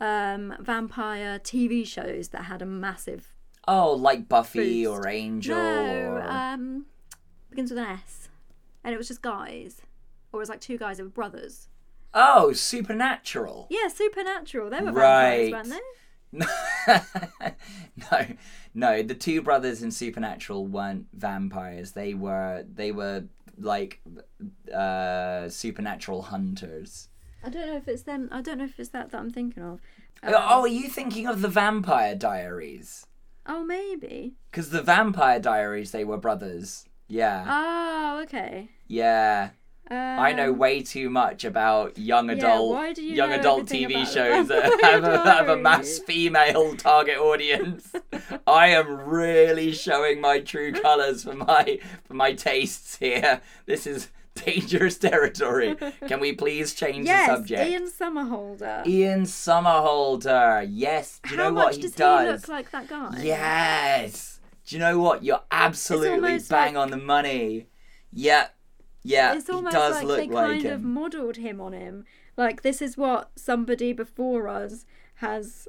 C: um, vampire TV shows that had a massive
B: oh, like Buffy
C: Boost.
B: or Angel
C: no.
B: or
C: Um, begins with an S, and it was just guys, or it was like two guys. They were brothers.
B: oh, Supernatural.
C: Yeah, supernatural. They were
B: Right.
C: vampires, weren't they?
B: no, no. The two brothers in Supernatural weren't vampires. They were they were like uh, supernatural hunters.
C: I don't know if it's them. I don't know if it's that that I'm thinking of. Um,
B: oh, are you thinking of the Vampire Diaries?
C: Oh, maybe.
B: Because the Vampire Diaries, they were brothers. Yeah,
C: Oh, okay.
B: yeah.
C: Um,
B: I know way too much about young adult,
C: why do you
B: young
C: know
B: adult
C: everything
B: TV
C: about
B: shows
C: the
B: that have a,
C: Vampire
B: have a mass
C: Diaries?
B: female target audience. I am really showing my true colours for my for my tastes here. This is dangerous territory. Can we please change
C: yes,
B: the subject?
C: Ian Somerhalder.
B: Ian Somerhalder. Yes. Do you
C: How
B: know
C: much
B: what he
C: does
B: does?
C: he look like that guy?
B: Yes. Do you know what? You're absolutely
C: almost
B: bang
C: like-
B: on the money. Yeah. Yeah.
C: It's
B: he
C: almost
B: does
C: like
B: look
C: they
B: like
C: kind
B: him.
C: of modelled him on him. Like this is what somebody before us has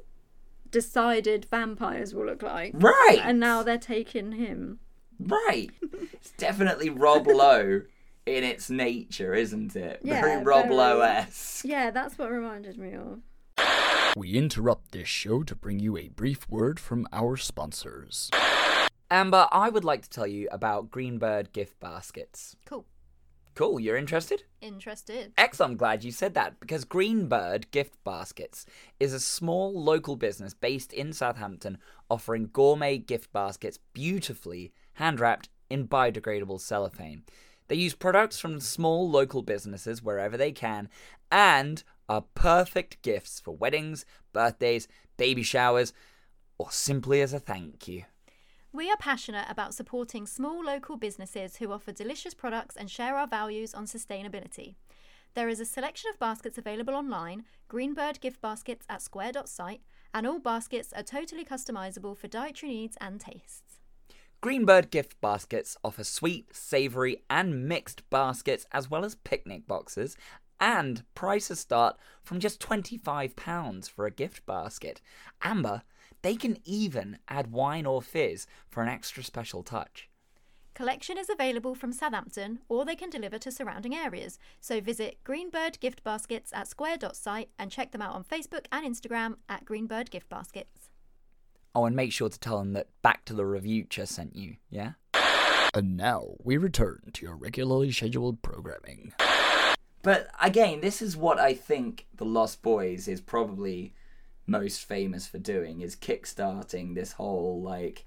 C: decided vampires will look like,
B: Right.
C: and now they're taking him.
B: Right. it's definitely Rob Lowe in its nature, isn't it?
C: Yeah,
B: very Rob
C: very.
B: Lowe esque.
C: Yeah, that's what it reminded me of.
D: We interrupt this show to bring you a brief word from our sponsors.
B: Amber, I would like to tell you about Greenbird gift baskets.
C: Cool.
B: Cool, you're interested?
C: Interested.
B: Excellent, I'm glad you said that because Greenbird Gift Baskets is a small local business based in Southampton offering gourmet gift baskets beautifully hand wrapped in biodegradable cellophane. They use products from small local businesses wherever they can and are perfect gifts for weddings, birthdays, baby showers, or simply as a thank you.
E: We are passionate about supporting small local businesses who offer delicious products and share our values on sustainability. There is a selection of baskets available online, Greenbird gift baskets at square.site, and all baskets are totally customisable for dietary needs and tastes.
B: Greenbird gift baskets offer sweet, savoury, and mixed baskets as well as picnic boxes, and prices start from just £25 for a gift basket. Amber, they can even add wine or fizz for an extra special touch.
E: Collection is available from Southampton or they can deliver to surrounding areas, so visit Greenbird gift baskets at square.site and check them out on Facebook and Instagram at Greenbird gift baskets.
B: Oh, and make sure to tell them that Back to the Revucher sent you, yeah?
D: And now we return to your regularly scheduled programming.
B: But again, this is what I think The Lost Boys is probably most famous for doing is kickstarting this whole like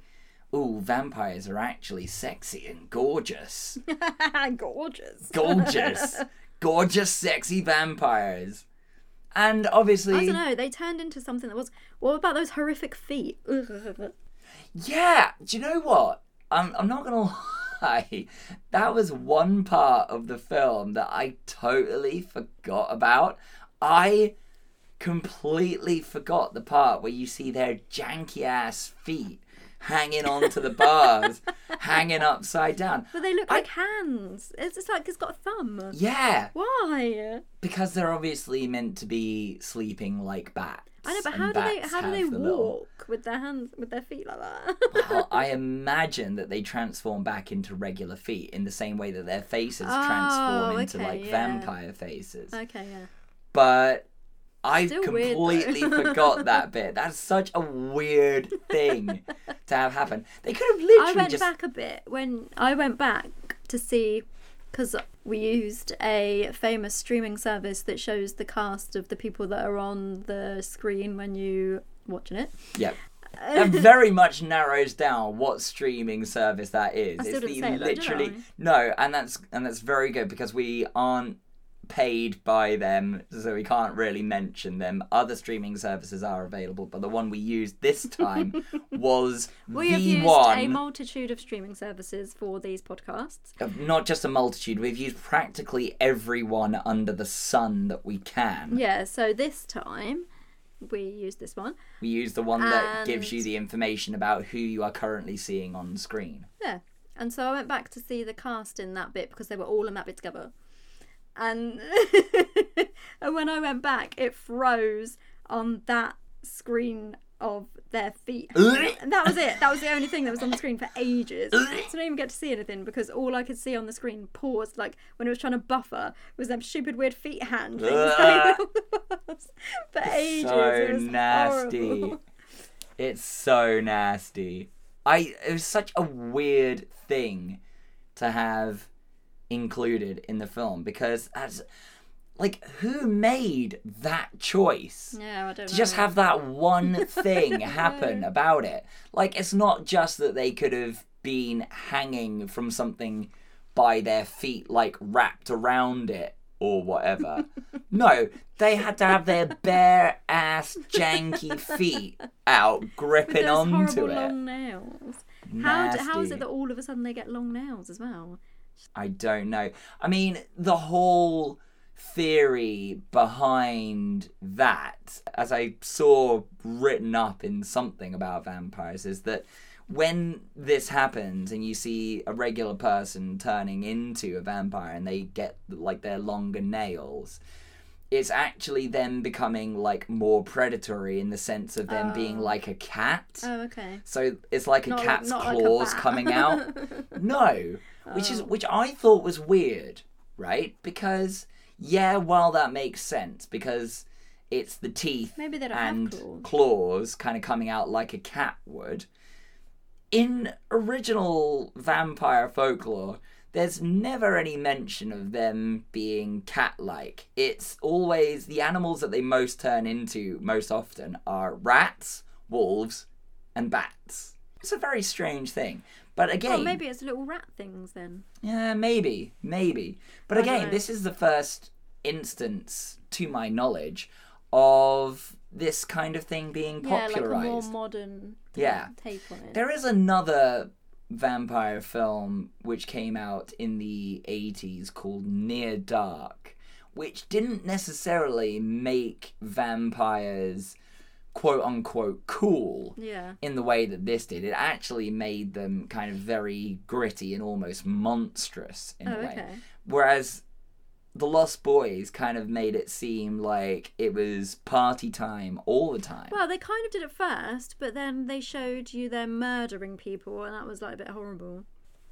B: ooh, vampires are actually sexy and gorgeous.
C: Gorgeous.
B: Gorgeous. gorgeous sexy vampires. And obviously
C: I don't know. They turned into something that was. What about those horrific feet? Ugh.
B: Yeah, do you know what? I'm I'm not gonna lie. That was one part of the film that I totally forgot about. I completely forgot the part where you see their janky ass feet hanging onto the bars, hanging upside down.
C: But they look
B: I-
C: like hands. It's just like it's got a thumb.
B: Yeah,
C: Why?
B: because they're obviously meant to be sleeping like bats.
C: I know, but
B: and
C: how do they
B: bats
C: how do
B: have
C: they
B: the
C: walk
B: little-
C: with their hands with their feet like that?
B: Well, I imagine that they transform back into regular feet in the same way that their faces transform
C: Oh,
B: into
C: okay,
B: like
C: yeah.
B: vampire faces.
C: okay, yeah.
B: But I
C: Still weird, though.
B: completely forgot that bit. That's such a weird thing to have happen. They could have
C: I
B: literally
C: went
B: just
C: back a bit when I went back to see because we used a famous streaming service that shows the cast of the people that are on the screen when you watching it.
B: Yep. That very much narrows down what streaming service that is.
C: I still
B: it's
C: didn't
B: the
C: say it though, did
B: literally
C: I?
B: no, and that's and that's very good because we aren't paid by them, so we can't really mention them. Other streaming services are available, but the one we used this time was
C: We
B: the
C: have used
B: one.
C: a multitude of streaming services for these podcasts.
B: of not just a multitude, we've used practically everyone under the sun that we can.
C: Yeah, so this time we used this one.
B: We use the one that gives
C: And-
B: you the information about who you are currently seeing on screen.
C: Yeah. And so I went back to see the cast in that bit because they were all in that bit together. And and when I went back, it froze on that screen of their feet. And that was it. That was the only thing that was on the screen for ages. So I didn't even get to see anything because all I could see on the screen paused, like when it was trying to buffer, was them stupid weird feet hand things.
B: Ugh.
C: for ages.
B: so
C: It was
B: nasty.
C: horrible.
B: It's so nasty. I it was such a weird thing to have included in the film because as like who made that choice?
C: Yeah, I don't
B: to
C: know.
B: just have that one thing happen about it. Like, it's not just that they could have been hanging from something by their feet, like wrapped around it or whatever. no, they had to have their bare ass, janky feet out, gripping
C: With those
B: onto
C: horrible
B: it.
C: long nails. How, d- how is
B: Nasty.
C: it that all of a sudden they get long nails as well?
B: I don't know. I mean, the whole theory behind that, as I saw written up in something about vampires, is that when this happens and you see a regular person turning into a vampire and they get like their longer nails. It's actually them becoming like more predatory in the sense of them being like a cat.
C: Oh, okay.
B: So it's like a
C: Not like-
B: cat's
C: not like a
B: claws
C: bat. Oh.
B: coming out. no, which is which I thought was weird, right? Because yeah, well that makes sense because it's the teeth
C: Maybe they don't have
B: and
C: claws.
B: kind of coming out like a cat would. In original vampire folklore, there's never any mention of them being cat like. It's always the animals that they most turn into most often are rats, wolves, and bats. It's a very strange thing. But again,
C: Well, maybe it's little rat things then.
B: yeah, maybe, maybe. But
C: I don't
B: again,
C: know.
B: this is the first instance, to my knowledge, of this kind of thing being
C: Yeah, like a
B: popularized.
C: more modern
B: Yeah.
C: take on it.
B: There is another vampire film which came out in the 80s called Near Dark, which didn't necessarily make vampires quote unquote cool
C: Yeah.
B: in the way that this did. It actually made them kind of very gritty and almost monstrous in
C: Oh,
B: a way.
C: okay.
B: Whereas The Lost Boys kind of made it seem like it was party time all the time.
C: Well, they kind of did it first, but then they showed you them murdering people, and that was like a bit horrible.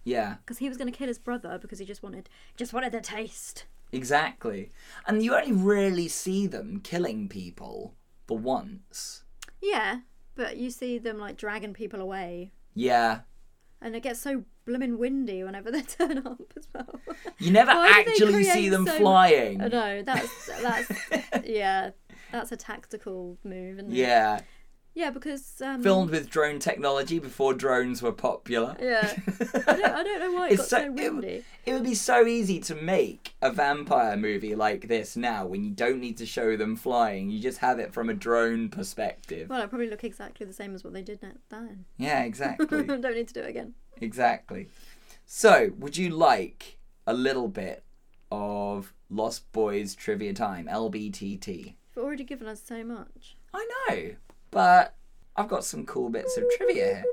B: yeah.
C: Because he was going to kill his brother because he just wanted, just wanted the taste.
B: Exactly. And you only really see them killing people the once.
C: Yeah, but you see them like dragging people away,
B: Yeah.
C: and it gets so blooming windy whenever they turn up as well.
B: You never
C: Why do they
B: actually see
C: create
B: them
C: so-
B: flying.
C: I know that's that's yeah, that's a tactical move, isn't it?
B: Yeah.
C: Yeah, because um,
B: Filmed with drone technology before drones were popular.
C: Yeah, I don't, I don't know why it got
B: It's
C: so,
B: so- it w-
C: windy.
B: It would be so easy to make a vampire movie like this now when you don't need to show them flying. You just have it from a drone perspective.
C: Well, it probably look exactly the same as what they did net then.
B: Yeah, exactly.
C: don't need to do it again.
B: exactly. So, would you like a little bit of Lost Boys trivia time, LBTT?
C: You've already given us so much.
B: I know, but I've got some cool bits of trivia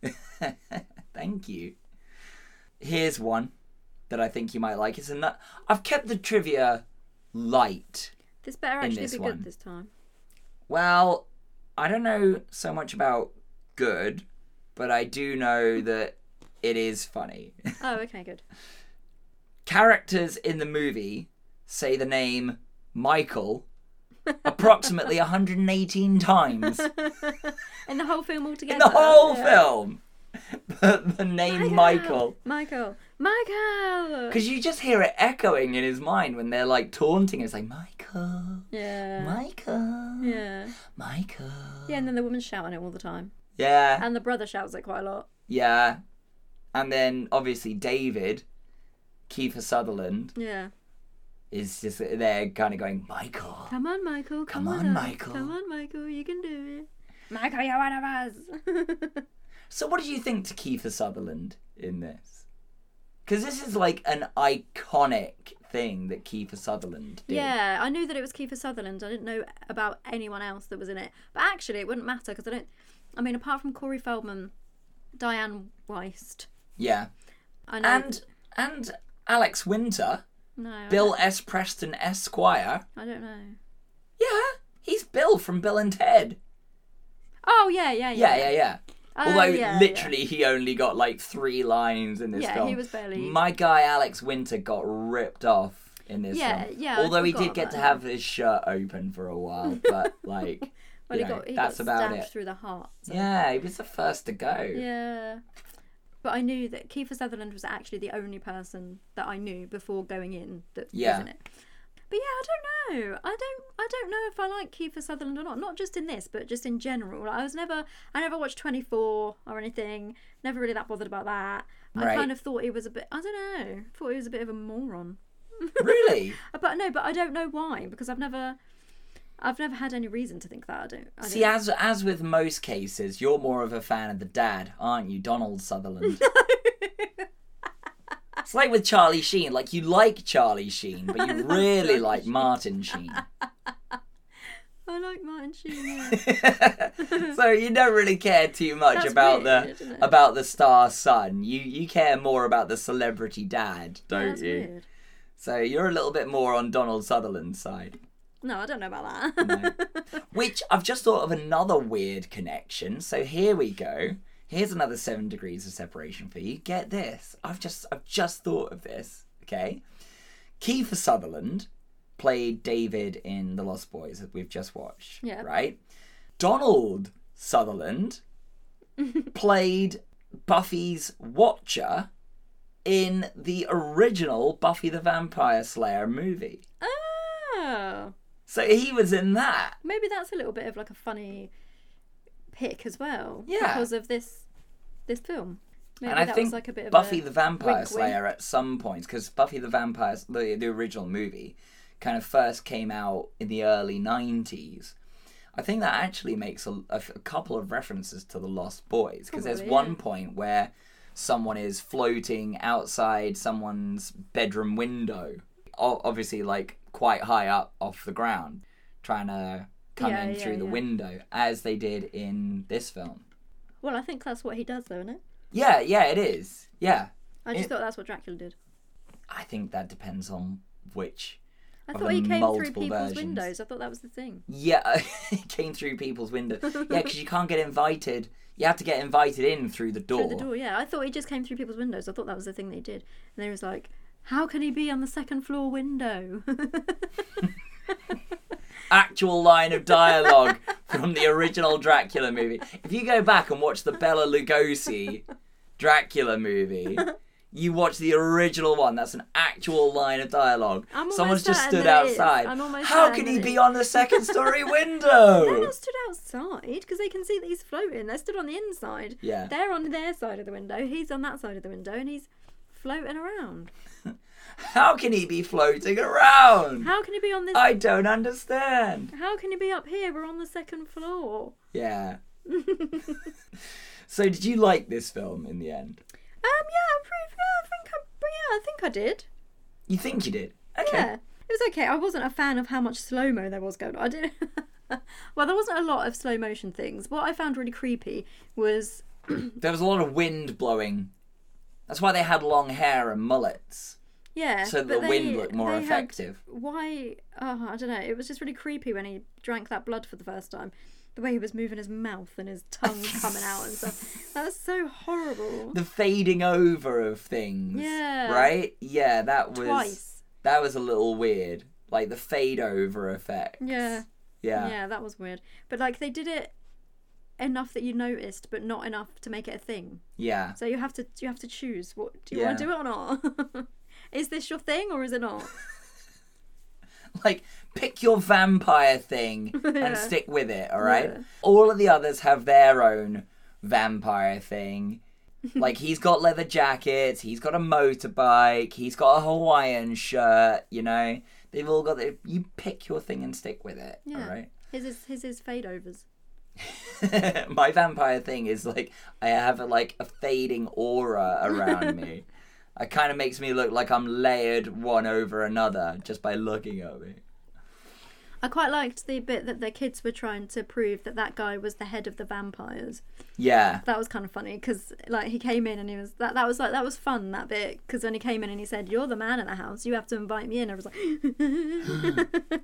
B: here. Thank you. Here's one that I think you might like. It's another. I've kept the trivia light.
C: This better actually
B: this
C: be
B: one.
C: good this time.
B: Well, I don't know so much about good, but I do know that it is funny.
C: Oh, okay, good.
B: Characters in the movie say the name Michael approximately 118 times.
C: In the whole film altogether.
B: in the whole
C: Yeah.
B: film. the, the name Michael.
C: Michael. Michael.
B: Because you just hear it echoing in his mind when they're like taunting. It's like, Michael,
C: Yeah.
B: Michael,
C: yeah.
B: Michael.
C: Yeah, and then the woman's shouting it all the time.
B: Yeah,
C: And the brother shouts it quite a lot.
B: yeah. And then obviously David, Kiefer Sutherland,
C: Yeah.
B: is just there kind of going, Michael.
C: Come on, Michael.
B: Come
C: Come, with
B: on,
C: us.
B: Michael.
C: Come on, Michael. You can do it. Michael, you're one of us.
B: So, what did you think to Kiefer Sutherland in this? Because this is like an iconic thing that Kiefer Sutherland did.
C: yeah, I knew that it was Kiefer Sutherland. I didn't know about anyone else that was in it. But actually, it wouldn't matter because I don't. I mean, apart from Corey Feldman, Diane Weist.
B: Yeah.
C: I know.
B: And and Alex Winter,
C: no, I
B: Bill S. Preston Esquire.
C: don't- I don't know.
B: Yeah, he's Bill from Bill and Ted.
C: Oh yeah, yeah, yeah.
B: Yeah, yeah, yeah.
C: Oh,
B: Although
C: yeah,
B: literally he only got like three lines in this
C: Yeah,
B: film.
C: he was barely-
B: My guy Alex Winter got ripped off in this
C: Yeah,
B: film.
C: yeah, I
B: Although he
C: forgot
B: did get
C: about
B: to
C: him.
B: have his shirt open for a while, but like,
C: Well,
B: you
C: he
B: know,
C: got he
B: that's
C: got
B: about
C: stabbed
B: it.
C: through the heart. so-
B: Yeah, he was the first to go.
C: Yeah. But I knew that Kiefer Sutherland was actually the only person that I knew before going in that
B: Yeah.
C: was in it. But yeah, I don't know. I don't. I don't know if I like Kiefer Sutherland or not. Not just in this, but just in general. Like, I was never. I never watched Twenty Four or anything. Never really that bothered about that. I
B: Right.
C: kind of thought he was a bit. I don't know. Thought he was a bit of a moron. Uh,
B: Really?
C: But no, but I don't know why because I've never. I've never had any reason to think that. I don't. I don't
B: See, as as with most cases, you're more of a fan of the dad, aren't you, Donald Sutherland? it's like with Charlie Sheen. Like you like Charlie Sheen, but you really like Martin Sheen.
C: I like Martin Sheen. yeah.
B: so you don't really care too much
C: That's
B: about the
C: weird, isn't it?
B: about the star son. You you care more about the celebrity dad, don't
C: That's
B: you?
C: weird.
B: So you're a little bit more on Donald Sutherland's side.
C: No, I don't know about that.
B: Which I've just thought of another weird connection. So here we go. Here's another seven degrees of separation for you. Get this. I've just I've just thought of this. Okay. Kiefer Sutherland played David in The Lost Boys that we've just watched.
C: Yeah.
B: Right? Donald Sutherland played Buffy's Watcher in the original Buffy the Vampire Slayer movie.
C: oh,
B: So he was in that.
C: maybe that's a little bit of like a funny pick as well.
B: Yeah.
C: Because of this this film. Maybe
B: and I
C: that
B: think
C: was like a bit of
B: Buffy
C: a
B: the Vampire
C: wink, wink.
B: Slayer at some point, because Buffy the Vampire, the, the original movie, kind of first came out in the early 90s. I think that actually makes a, a f- a couple of references to The Lost Boys, because there's
C: Probably,
B: one
C: yeah.
B: point where someone is floating outside someone's bedroom window, o- obviously, like quite high up off the ground, trying to come
C: Yeah,
B: in
C: yeah,
B: through the
C: yeah.
B: window, as they did in this film.
C: Well, I think that's what he does, though, isn't it?
B: Yeah, yeah, it is. Yeah.
C: I just
B: It-
C: thought that's what Dracula did.
B: I think that depends on which.
C: I
B: Of
C: thought
B: the
C: he came through
B: multiple
C: people's
B: versions.
C: windows. I thought that was the thing.
B: Yeah, it came through people's windows. Yeah, because you can't get invited. You have to get invited in through the door.
C: Through the door, yeah. I thought he just came through people's windows. I thought that was the thing they did. And they was like, "How can he be on the second floor window?"
B: Actual line of dialogue from the original Dracula movie. If you go back and watch the Bella Lugosi Dracula movie. You watch the original one. That's an actual line of dialogue.
C: I'm almost
B: Someone's just
C: certain
B: stood
C: that it is.
B: outside.
C: I'm almost
B: How
C: certain
B: can he
C: that it
B: be
C: is.
B: on the second story
C: They're
B: window?
C: not stood outside because they can see that he's floating. They're stood on the inside.
B: Yeah.
C: They're on their side of the window. He's on that side of the window, and he's floating around.
B: How can he be floating around?
C: How can he be on this?
B: I don't understand.
C: How can he be up here? We're on the second floor.
B: Yeah. so, did you like this film in the end?
C: Um, yeah, I'm pretty, yeah, I think I, but yeah, I think I did.
B: You think you did? Okay.
C: Yeah, it was okay. I wasn't a fan of how much slow mo there was going on. I didn't. well, there wasn't a lot of slow motion things. What I found really creepy was
B: There was a lot of wind blowing. That's why they had long hair and mullets,
C: yeah,
B: so that
C: but
B: the wind
C: they-
B: looked more
C: they had-
B: effective.
C: why? Oh, I don't know. It was just really creepy when he drank that blood for the first time. The way he was moving his mouth and his tongue coming out and stuff. That was so horrible.
B: The fading over of things.
C: Yeah.
B: Right? Yeah, that was.
C: Twice.
B: That was a little weird. Like the fade over effect.
C: Yeah.
B: Yeah.
C: yeah. that was weird. But like they did it enough that you noticed, but not enough to make it a thing.
B: Yeah.
C: So you have to you have to choose what do you want to
B: Yeah.
C: do it or not. is this your thing or is it not?
B: like pick your vampire thing
C: Yeah.
B: and stick with it all right
C: Yeah.
B: all of the others have their own vampire thing like he's got leather jackets he's got a motorbike he's got a hawaiian shirt you know They've all got their. You pick your thing and stick with it.
C: Yeah.
B: All right.
C: His is his is fade overs.
B: my vampire thing is like I have a, like a fading aura around me. It kind of makes me look like I'm layered one over another just by looking at me.
C: I quite liked the bit that the kids were trying to prove that that guy was the head of the vampires.
B: Yeah,
C: That was kind of funny because like he came in and he was that that was like that was fun that bit because when he came in and he said you're the man in the house you have to invite me in I was like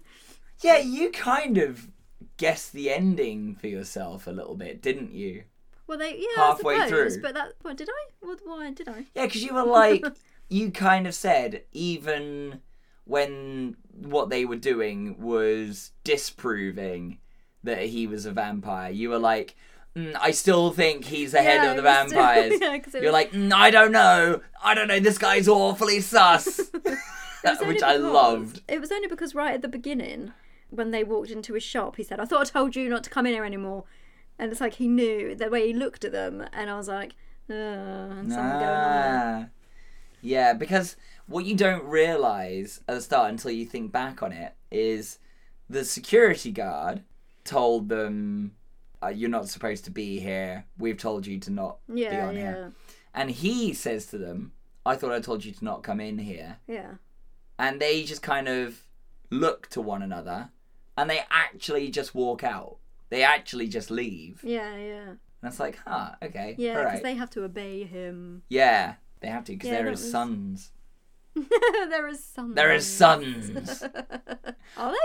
B: yeah. You kind of guessed the ending for yourself a little bit, didn't you?
C: well they yeah
B: Halfway
C: I suppose,
B: through.
C: but that what did I what why did I
B: Yeah, because you were like, you kind of said, even when what they were doing was disproving that he was a vampire, you were like, "Mm, I still think he's the head
C: Yeah,
B: of the
C: it was still-
B: vampires.
C: yeah, 'cause it
B: You're
C: was-
B: like, "Mm, I don't know. I don't know. This guy's awfully sus.
C: It was only
B: Which I
C: because-
B: loved.
C: It was only because right at the beginning, when they walked into his shop, he said, "I thought I told you not to come in here anymore," and it's like he knew the way he looked at them, and I was like, "Ugh," and something going on there.
B: Ah. Yeah, because what you don't realize at the start until you think back on it is the security guard told them, uh, "You're not supposed to be here. We've told you to not be
C: Yeah,
B: on
C: yeah,
B: here." And he says to them, "I thought I told you to not come in here."
C: yeah,
B: And they just kind of look to one another, and they actually just walk out. They actually just leave.
C: yeah, yeah,
B: And it's like, huh, okay,
C: yeah,
B: all
C: because
B: right,
C: they have to obey him.
B: yeah, they have to because
C: Yeah,
B: they're
C: that
B: his
C: was-
B: sons.
C: there is some.
B: They're his sons.
C: Are they?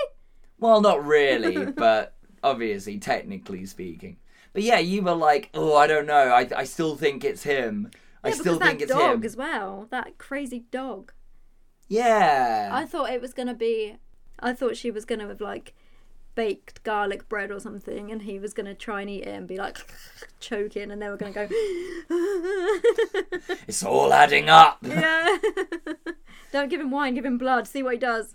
B: well, not really, but obviously, technically speaking. But yeah, you were like, oh, I don't know. I, I still think it's him. I
C: Yeah,
B: still
C: because
B: think
C: that
B: it's
C: dog
B: him.
C: as well. That crazy dog.
B: Yeah.
C: I thought it was gonna be. I thought she was gonna have like baked garlic bread or something, and he was gonna try and eat it and be like choking, and they were gonna go.
B: It's all adding up.
C: yeah. Don't give him wine, give him blood. See what he does.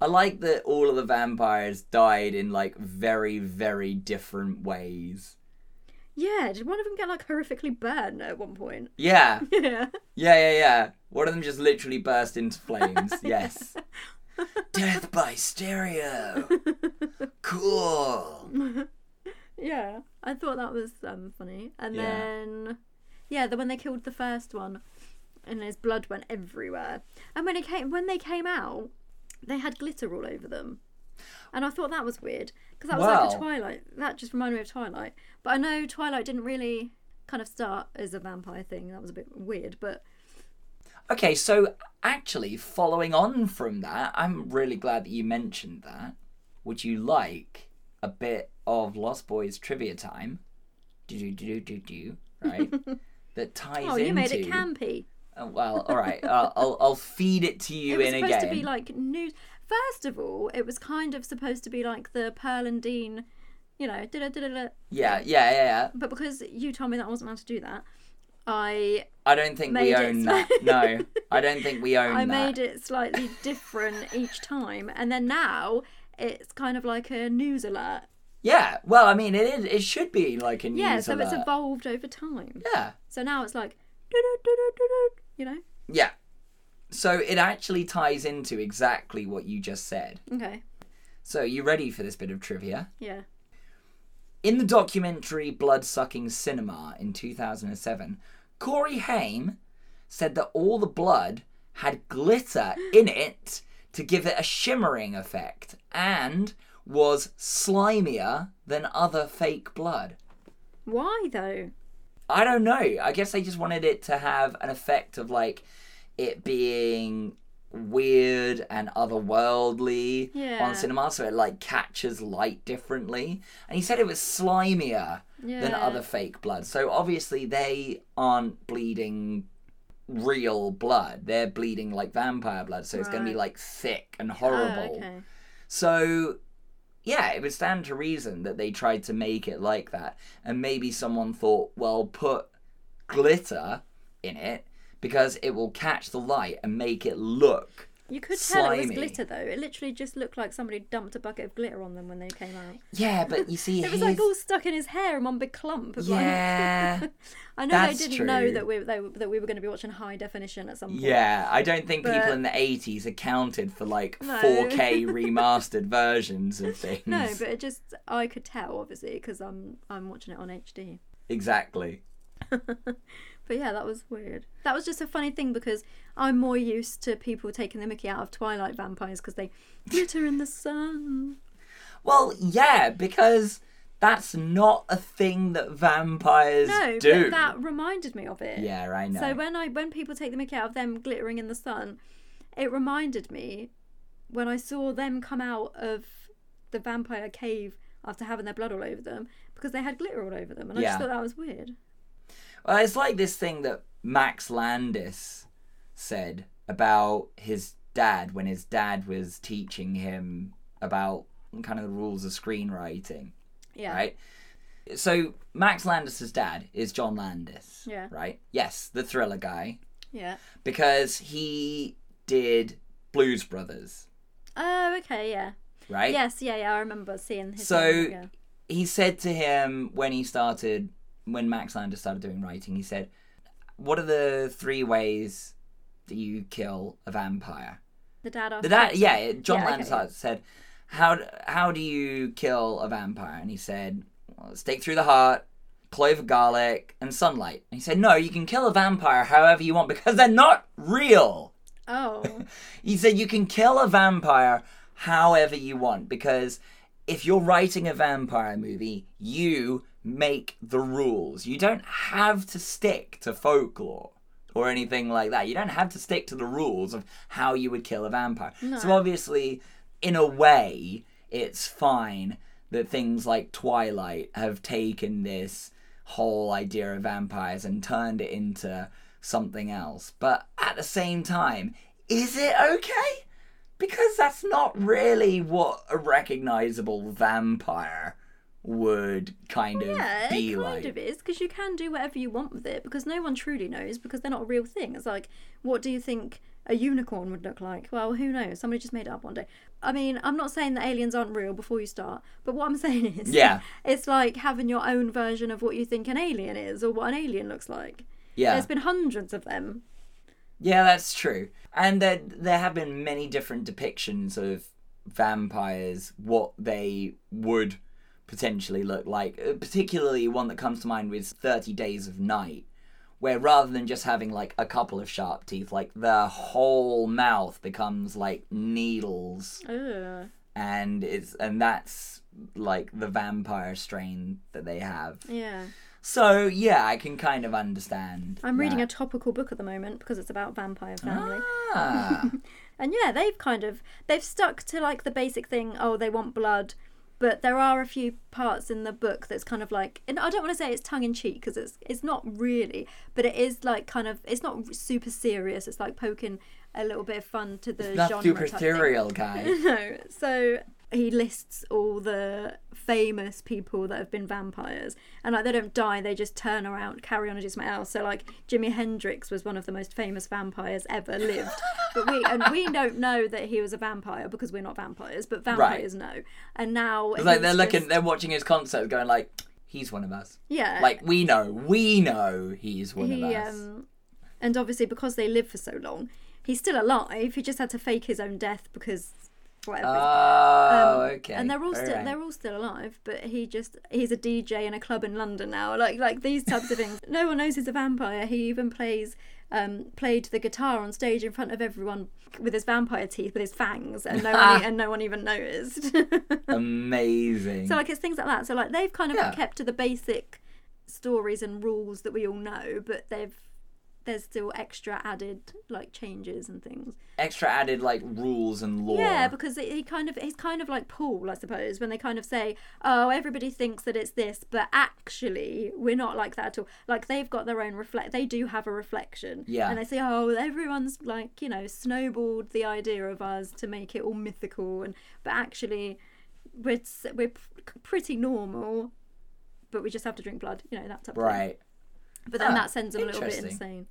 B: I like that all of the vampires died in like very, very different ways.
C: Yeah. Did one of them get like horrifically burned at one point?
B: Yeah.
C: Yeah.
B: Yeah, yeah, yeah. One of them just literally burst into flames. yes. Death by stereo. cool.
C: Yeah. I thought that was um funny, and
B: Yeah.
C: then yeah, the when they killed the first one, and his blood went everywhere, and when it came when they came out, they had glitter all over them, and I thought that was weird because that was like
B: Wow.
C: a Twilight. That just reminded me of Twilight, but I know Twilight didn't really kind of start as a vampire thing. That was a bit weird, but
B: Okay, so actually, following on from that, I'm really glad that you mentioned that. Would you like a bit of Lost Boys trivia time? Do do do do do, right? that ties
C: oh,
B: into.
C: you made it campy.
B: Oh, well, all right. I'll, I'll I'll feed it to you
C: it was
B: in
C: supposed
B: again.
C: to be like new. First of all, it was kind of supposed to be like the Pearl and Dean, you know, da da da da.
B: yeah, yeah, yeah, yeah.
C: But because you told me that I wasn't allowed to do that, I
B: I don't think we
C: Made it
B: own
C: so-
B: that. No, I don't think we own that.
C: I made it slightly different each time, and then now it's kind of like a news alert.
B: Yeah. Well, I mean, it is. It should be like a news
C: Yeah, so it's
B: alert.
C: evolved over time.
B: yeah.
C: So now it's like, "Do-do-do-do-do-do," you know.
B: Yeah. So it actually ties into exactly what you just said.
C: Okay.
B: So, you ready for this bit of trivia?
C: Yeah.
B: In the documentary Blood Sucking Cinema in 2007, Corey Haim said that all the blood had glitter in it to give it a shimmering effect and was slimier than other fake blood.
C: Why though?
B: I don't know. I guess they just wanted it to have an effect of like it being weird and otherworldly
C: Yeah.
B: on cinema, so it like catches light differently. And he said it was slimier than
C: Yeah.
B: other fake blood. So obviously they aren't bleeding real blood. They're bleeding like vampire blood, so it's going to be
C: Right.
B: like thick and horrible.
C: Oh, okay.
B: So, yeah, it would stand to reason that they tried to make it like that. And maybe someone thought, well, put glitter in it because it will catch the light and make it look
C: You could tell it was
B: Slimy.
C: glitter though. It literally just looked like somebody dumped a bucket of glitter on them when they came out.
B: Yeah, but you see,
C: It was
B: here's-
C: like all stuck in his hair in one big clump. Of
B: yeah,
C: Like, I know
B: that's
C: they didn't know
B: true.
C: that we they, that we were going to be watching high definition at some point.
B: yeah. I don't think people
C: But-
B: in the '80s accounted for like
C: No.
B: 4K remastered versions of things.
C: No, but it just I could tell obviously because I'm I'm watching it on HD.
B: exactly.
C: But yeah, that was weird. That was just a funny thing because I'm more used to people taking the mickey out of Twilight vampires because they glitter in the sun.
B: Well, yeah, because that's not a thing that vampires
C: No,
B: do.
C: but that reminded me of it.
B: Yeah, I know.
C: So when I when people take the mickey out of them glittering in the sun, it reminded me when I saw them come out of the vampire cave after having their blood all over them because they had glitter all over them, and I
B: Yeah.
C: just thought that was weird.
B: Well, it's like this thing that Max Landis said about his dad when his dad was teaching him about kind of the rules of screenwriting,
C: Yeah.
B: right? So Max Landis's dad is John Landis,
C: Yeah.
B: right? Yes, the thriller guy,
C: Yeah.
B: because he did Blues Brothers,
C: Oh, okay. Yeah.
B: right?
C: Yes. Yeah. Yeah. I remember seeing his.
B: So-
C: name, yeah.
B: he said to him when he started when Max Landis started doing writing, he said, "What are the three ways that you kill a vampire?"
C: the dad.
B: The
C: After
B: dad, yeah, John
C: Yeah, okay,
B: Landis
C: yeah.
B: said, "How d- how do you kill a vampire?" And he said, well, "Stake through the heart." Clove of garlic and sunlight. And he said, No, you can kill a vampire however you want because they're not real.
C: Oh.
B: He said you can kill a vampire however you want because if you're writing a vampire movie, you make the rules. You don't have to stick to folklore or anything like that. You don't have to stick to the rules of how you would kill a vampire. So obviously, in a way, it's fine that things like Twilight have taken this whole idea of vampires and turned it into something else. But at the same time, is it okay? Because that's not really what a recognizable vampire would kind of
C: Yeah, it
B: be
C: kind
B: like.
C: of is because you can do whatever you want with it because no one truly knows because they're not a real thing. It's like, what do you think a unicorn would look like? Well, who knows? Somebody just made it up one day. I mean, I'm not saying that aliens aren't real before you start, but what I'm saying is,
B: Yeah.
C: it's like having your own version of what you think an alien is or what an alien looks like.
B: yeah.
C: There's been hundreds of them.
B: Yeah, that's true. And there, there have been many different depictions of vampires, what they would potentially look like. Uh, Particularly one that comes to mind is 30 Days of Night, where rather than just having like a couple of sharp teeth, like the whole mouth becomes like needles.
C: Ugh.
B: And it's and that's like the vampire strain that they have.
C: Yeah.
B: So yeah, I can kind of understand.
C: I'm reading
B: that.
C: a topical book at the moment because it's about vampire family.
B: Ah.
C: And yeah, they've kind of they've stuck to like the basic thing. Oh, they want blood, but there are a few parts in the book that's kind of like, and I don't want to say it's tongue in cheek because it's it's not really, but it is like kind of it's not super serious. It's like poking a little bit of fun to the
B: Not
C: genre.
B: super
C: type thing.
B: serial guy.
C: No, so he lists all the famous people that have been vampires, and like they don't die, they just turn around, carry on and do something else. So like Jimi Hendrix was one of the most famous vampires ever lived, but we and we don't know that he was a vampire because we're not vampires, but vampires know. And now
B: It's like they're
C: he's
B: looking,
C: just-
B: they're watching his concert, going like, "He's one of us."
C: yeah,
B: Like we know, we know he's one of
C: he
B: us.
C: um, and obviously because they live for so long, he's still alive. He just had to fake his own death because whatever.
B: Ah. oh,
C: Um,
B: okay.
C: And they're all still
B: Alright.
C: they're all still alive, but he just he's a DJ in a club in London now. Like like these types of things. No one knows he's a vampire. He even plays um, played the guitar on stage in front of everyone with his vampire teeth, with his fangs, and no one, e, and no one even noticed. so
B: amazing.
C: like it's things like that. So like they've kind of
B: Yeah.
C: kept to the basic stories and rules that we all know, but they've there's still extra added like changes and things.
B: Extra added like rules and lore.
C: Yeah, because it- he kind of he's kind of like Paul, I suppose, when they kind of say, "Oh, everybody thinks that it's this, but actually we're not like that at all." Like they've got their own reflect. They do have a reflection.
B: Yeah.
C: And they say, "Oh, everyone's like you know snowballed the idea of us to make it all mythical, and but actually we're s- we're p- pretty normal." But we just have to drink blood, you know that type of thing.
B: right.
C: But then
B: Ah,
C: that sends them a little bit
B: interesting.
C: insane.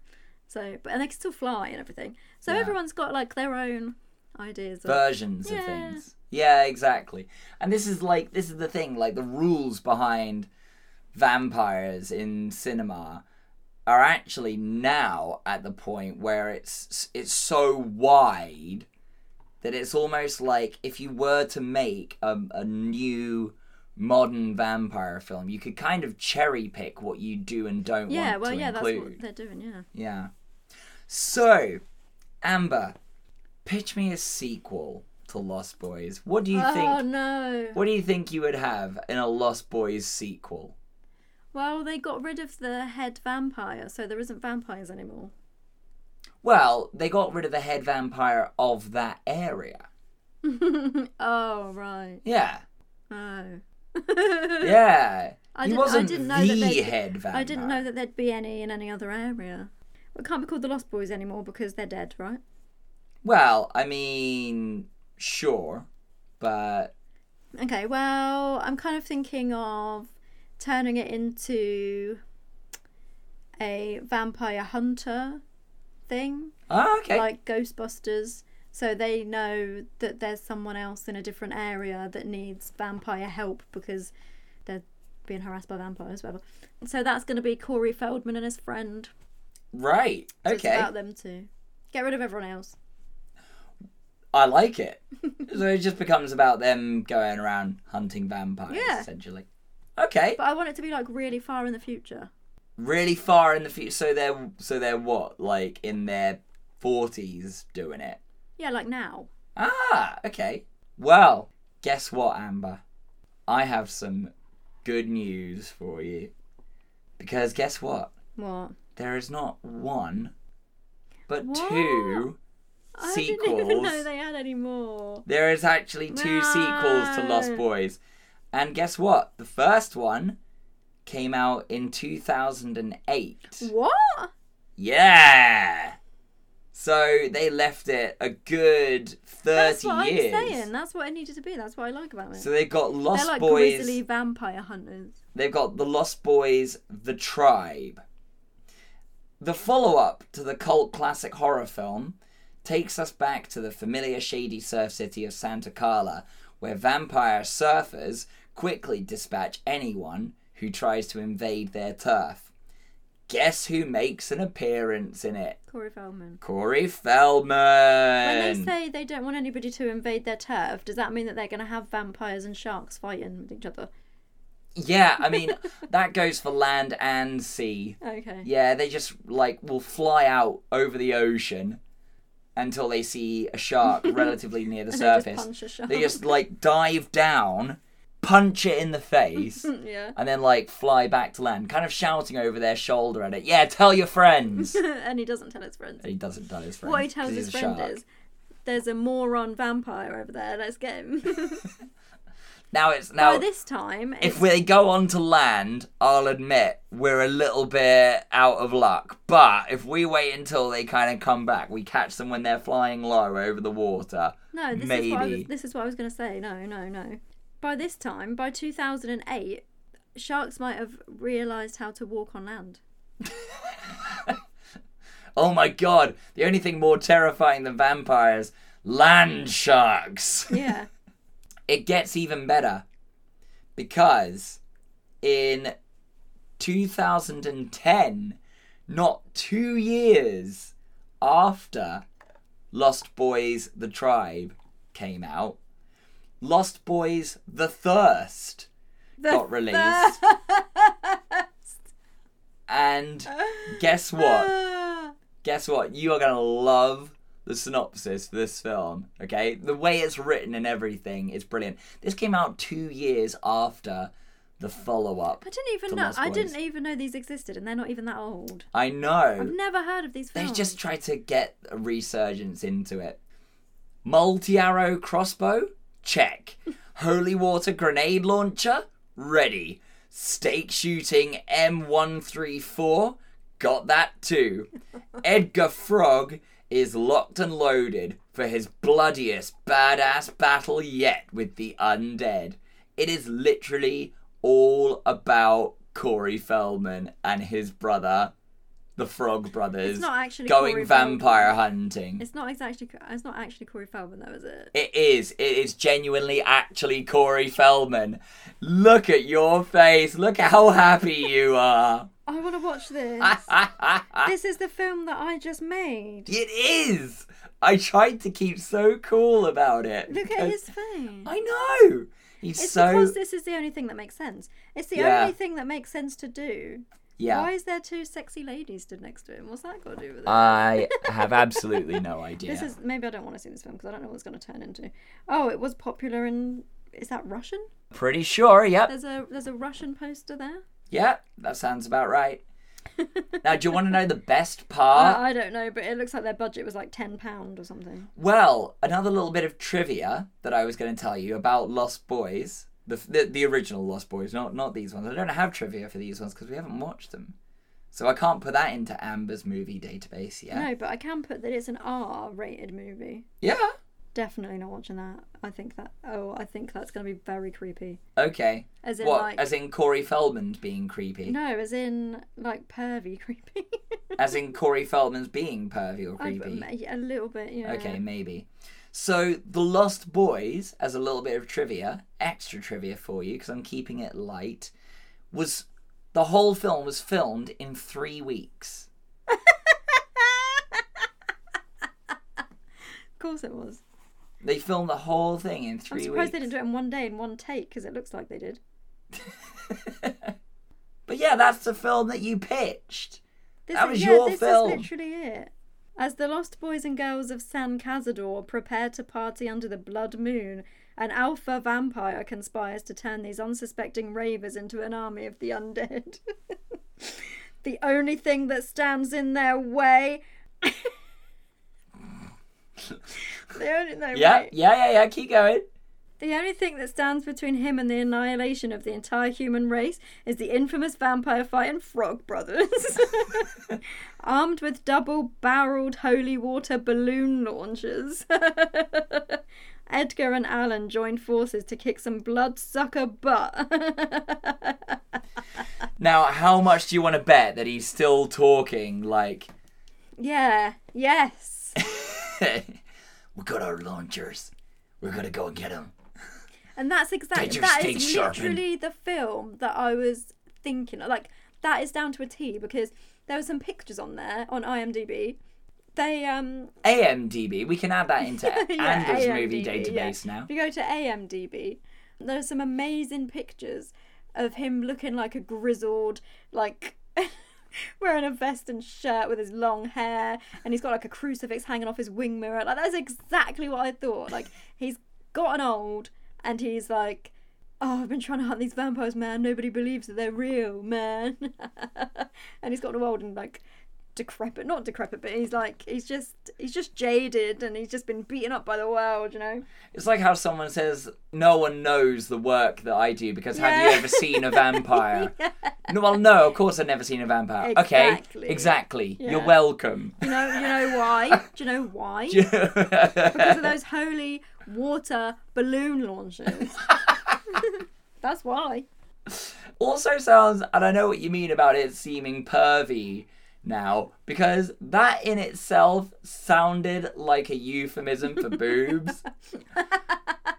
C: So, but and they can still fly and everything. So everyone's got like their own ideas. Of,
B: versions of
C: Yeah.
B: things. Yeah, exactly. And this is like this is the thing, like the rules behind vampires in cinema are actually now at the point where it's it's so wide that it's almost like if you were to make a, a new modern vampire film, you could kind of cherry pick what you do and don't
C: yeah,
B: want
C: well,
B: to
C: yeah,
B: include.
C: that's what they're doing. Yeah.
B: Yeah. So, Amber, pitch me a sequel to Lost Boys. What do you
C: Oh
B: think?
C: no!
B: What do you think you would have in a Lost Boys sequel?
C: Well, they got rid of the head vampire, so there isn't vampires anymore.
B: Well, they got rid of the head vampire of that area.
C: oh right.
B: Yeah.
C: Oh.
B: Yeah.
C: I
B: he
C: didn't- I
B: wasn't
C: didn't know
B: the
C: that they-
B: head vampire.
C: I didn't know that there'd be any in any other area. It can't be called the Lost Boys anymore because they're dead, right?
B: Well, I mean, sure, but
C: Okay, well, I'm kind of thinking of turning it into a vampire hunter thing,
B: oh, okay.
C: like Ghostbusters. So they know that there's someone else in a different area that needs vampire help because they're being harassed by vampires, whatever. So that's going to be Corey Feldman and his friend.
B: right.
C: So It's
B: Okay.
C: about them two. Get rid of everyone else.
B: I like it. so it just becomes about them going around hunting vampires,
C: Yeah.
B: essentially. Okay.
C: But I want it to be like really far in the future.
B: Really far in the future. So they're so they're what like in their forties doing it.
C: Yeah, like now.
B: Ah, okay. Well, guess what, Amber? I have some good news for you. Because guess what?
C: What?
B: There is not one, but
C: What?
B: two
C: I
B: sequels.
C: didn't even know they had any more.
B: There is actually two sequels to Lost
C: No.
B: Boys. And guess what? The first one came out in 2008.
C: What?
B: Yeah. So they left it a good 30
C: That's what
B: years.
C: I'm saying. That's what it needed to be. That's what I like about it.
B: So they've got Lost
C: They're like
B: Boys.
C: grizzly vampire hunters.
B: They've got The Lost Boys, The Tribe. The follow up to the cult classic horror film takes us back to the familiar shady surf city of Santa Carla, where vampire surfers quickly dispatch anyone who tries to invade their turf. Guess who makes an appearance in it?
C: Corey Feldman.
B: Corey
C: When
B: Feldman!
C: they say they don't want anybody to invade their turf, does that mean that they're going to have vampires and sharks fighting with each other?
B: yeah, I mean, that goes for land and sea.
C: Okay.
B: Yeah, they just like will fly out over the ocean until they see a shark relatively near the
C: And they just
B: surface.
C: punch a shark.
B: They just like dive down, punch it in the face,
C: yeah.
B: and then like fly back to land, kind of shouting over their shoulder at it. Yeah, tell your friends. And
C: and he doesn't tell his friends.
B: he doesn't tell his friends.
C: What he tells
B: 'cause
C: his
B: he's a
C: friend
B: shark.
C: is, there's a moron vampire over there. Let's get him.
B: now it's now
C: By this time, it's
B: if they go on to land, I'll admit we're a little bit out of luck. But if we wait until they kind of come back, we catch them when they're flying low over the water.
C: No, this is what I was,
B: maybe.
C: this is what I was going to say. No, no, no. By this time, by 2008, sharks might have realized how to walk on land.
B: Oh my god, the only thing more terrifying than vampires land sharks.
C: Yeah.
B: It gets even better because in 2010, not two years after Lost Boys The Tribe came out, Lost Boys The Thirst got released. and guess what? guess what? You are gonna love the synopsis for this film. Okay, the way it's written and everything is brilliant. This came out two years after the follow-up.
C: I didn't even
B: To
C: know.
B: Lost
C: I
B: Boys.
C: didn't e- even know these existed, and they're not even that old.
B: I
C: I've
B: know
C: never heard of these
B: they
C: films.
B: just tried to get a resurgence into it. Multi-arrow crossbow, check. Holy water grenade launcher, ready. Stake shooting M134, got that too. Edgar Frog is locked and loaded for his bloodiest badass battle yet with the undead. It is literally all about Corey Feldman and his brother, the Frog Brothers
C: It's not actually
B: going
C: Corey Feldman.
B: vampire hunting.
C: It's not exactly. It's not actually Corey Feldman, though, is it?
B: It is. It is genuinely actually Corey Feldman. Look at your face. Look how happy you are.
C: I want to watch this. this is the film that I just made.
B: It is. I tried to keep so cool about it.
C: Look at
B: because-
C: his face.
B: I know. He's
C: It's
B: so
C: because this is the only thing that makes sense. It's the
B: Yeah.
C: only thing that makes sense to do.
B: yeah.
C: Why is there two sexy ladies stood next to him? What's that got to do with it?
B: I have absolutely no idea.
C: This is maybe I don't want to see this film because I don't know what it's going to turn into. Oh, it was popular in. Is that Russian?
B: Pretty sure. Yep.
C: There's a there's a Russian poster there.
B: Yep. That sounds about right. now, do you want to know the best
C: Uh,
B: part?
C: I don't know, but it looks like their budget was like ten pound or something.
B: Well, another little bit of trivia that I was going to tell you about Lost Boys, the, the the original Lost Boys, not not these ones. I don't have trivia for these ones because we haven't watched them, so I can't put that into Amber's movie database yet.
C: No, but I can put that it's an R-rated movie.
B: Yeah.
C: Definitely not watching that. I think that. Oh, I think that's going to be very creepy.
B: Okay.
C: As in,
B: what?
C: like-
B: As in Corey Feldman being creepy?
C: No, as in like pervy creepy.
B: As in Corey Feldman's being pervy or
C: I-
B: creepy?
C: a little bit, yeah.
B: Okay, maybe. So, The Lost Boys, as a little bit of trivia, extra trivia for you, because I'm keeping it light, was the whole film was filmed in three weeks.
C: Of course it was.
B: They filmed the whole thing in 3
C: I'm surprised
B: weeks.
C: they didn't do it in one day in one take because it looks like they did.
B: But yeah, that's the film that you pitched.
C: This
B: That
C: is,
B: was
C: yeah,
B: your
C: this
B: film.
C: is literally it. As the lost boys and girls of San Cazador prepare to party under the blood moon, an alpha vampire conspires to turn these unsuspecting ravers into an army of the undead. the only thing that stands in their way. the only no,
B: Yeah,
C: wait.
B: yeah, yeah, yeah, keep going.
C: The only thing that stands between him and the annihilation of the entire human race is the infamous vampire fighting Frog Brothers. Armed with double barreled holy water balloon launchers, Edgar and Alan join forces to kick some bloodsucker butt.
B: Now, how much do you want to bet that he's still talking like,
C: yeah, yes.
B: we got our launchers, we're gonna go and get them?
C: And that's
B: They
C: exactly
B: just
C: that
B: ain't
C: is
B: sharpened.
C: literally the film that I was thinking. of. Like that is down to a T because there were some pictures on there on IMDb. They um
B: AMDB. We can add that into
C: yeah,
B: Anders
C: AMDb,
B: movie
C: yeah.
B: database now.
C: If you go to AMDb, there are some amazing pictures of him looking like a grizzled like. Wearing a vest and shirt with his long hair, and he's got like a crucifix hanging off his wing mirror. Like that's exactly what I thought. Like he's gotten old, and he's like oh, I've been trying to hunt these vampires, man. Nobody believes that they're real, man. and he's gotten old and like decrepit, not decrepit, but he's like he's just he's just jaded and he's just been beaten up by the world, you know.
B: It's like how someone says, "No one knows the work that I do because have
C: Yeah.
B: you ever seen a vampire?" No, well, no. Of course, I've never seen a vampire.
C: Exactly.
B: Okay, exactly. You're
C: Yeah.
B: welcome.
C: You know, you know why? Do you know why? because of those holy water balloon launches. That's why.
B: also sounds, and I know what you mean about it seeming pervy now, because that in itself sounded like a euphemism for boobs.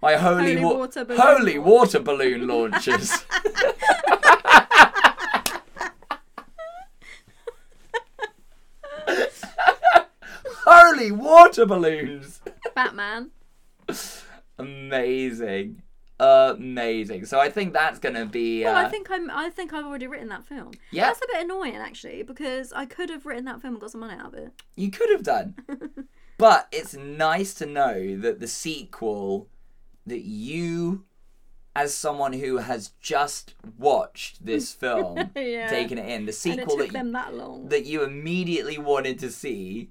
B: My holy,
C: Holy
B: wa-
C: water balloon
B: holy water balloon launches. holy water balloons.
C: Batman.
B: Amazing. Amazing. So I think that's gonna be.
C: Well,
B: uh,
C: I think I'm. I think I've already written that film.
B: Yeah.
C: That's a bit annoying actually because I could have written that film and got some money out of it.
B: you could have done. but it's nice to know that the sequel that you as someone who has just watched this film
C: Yeah.
B: taking it in the
C: And it
B: sequel
C: took
B: that
C: them
B: you,
C: that long.
B: that you immediately wanted to see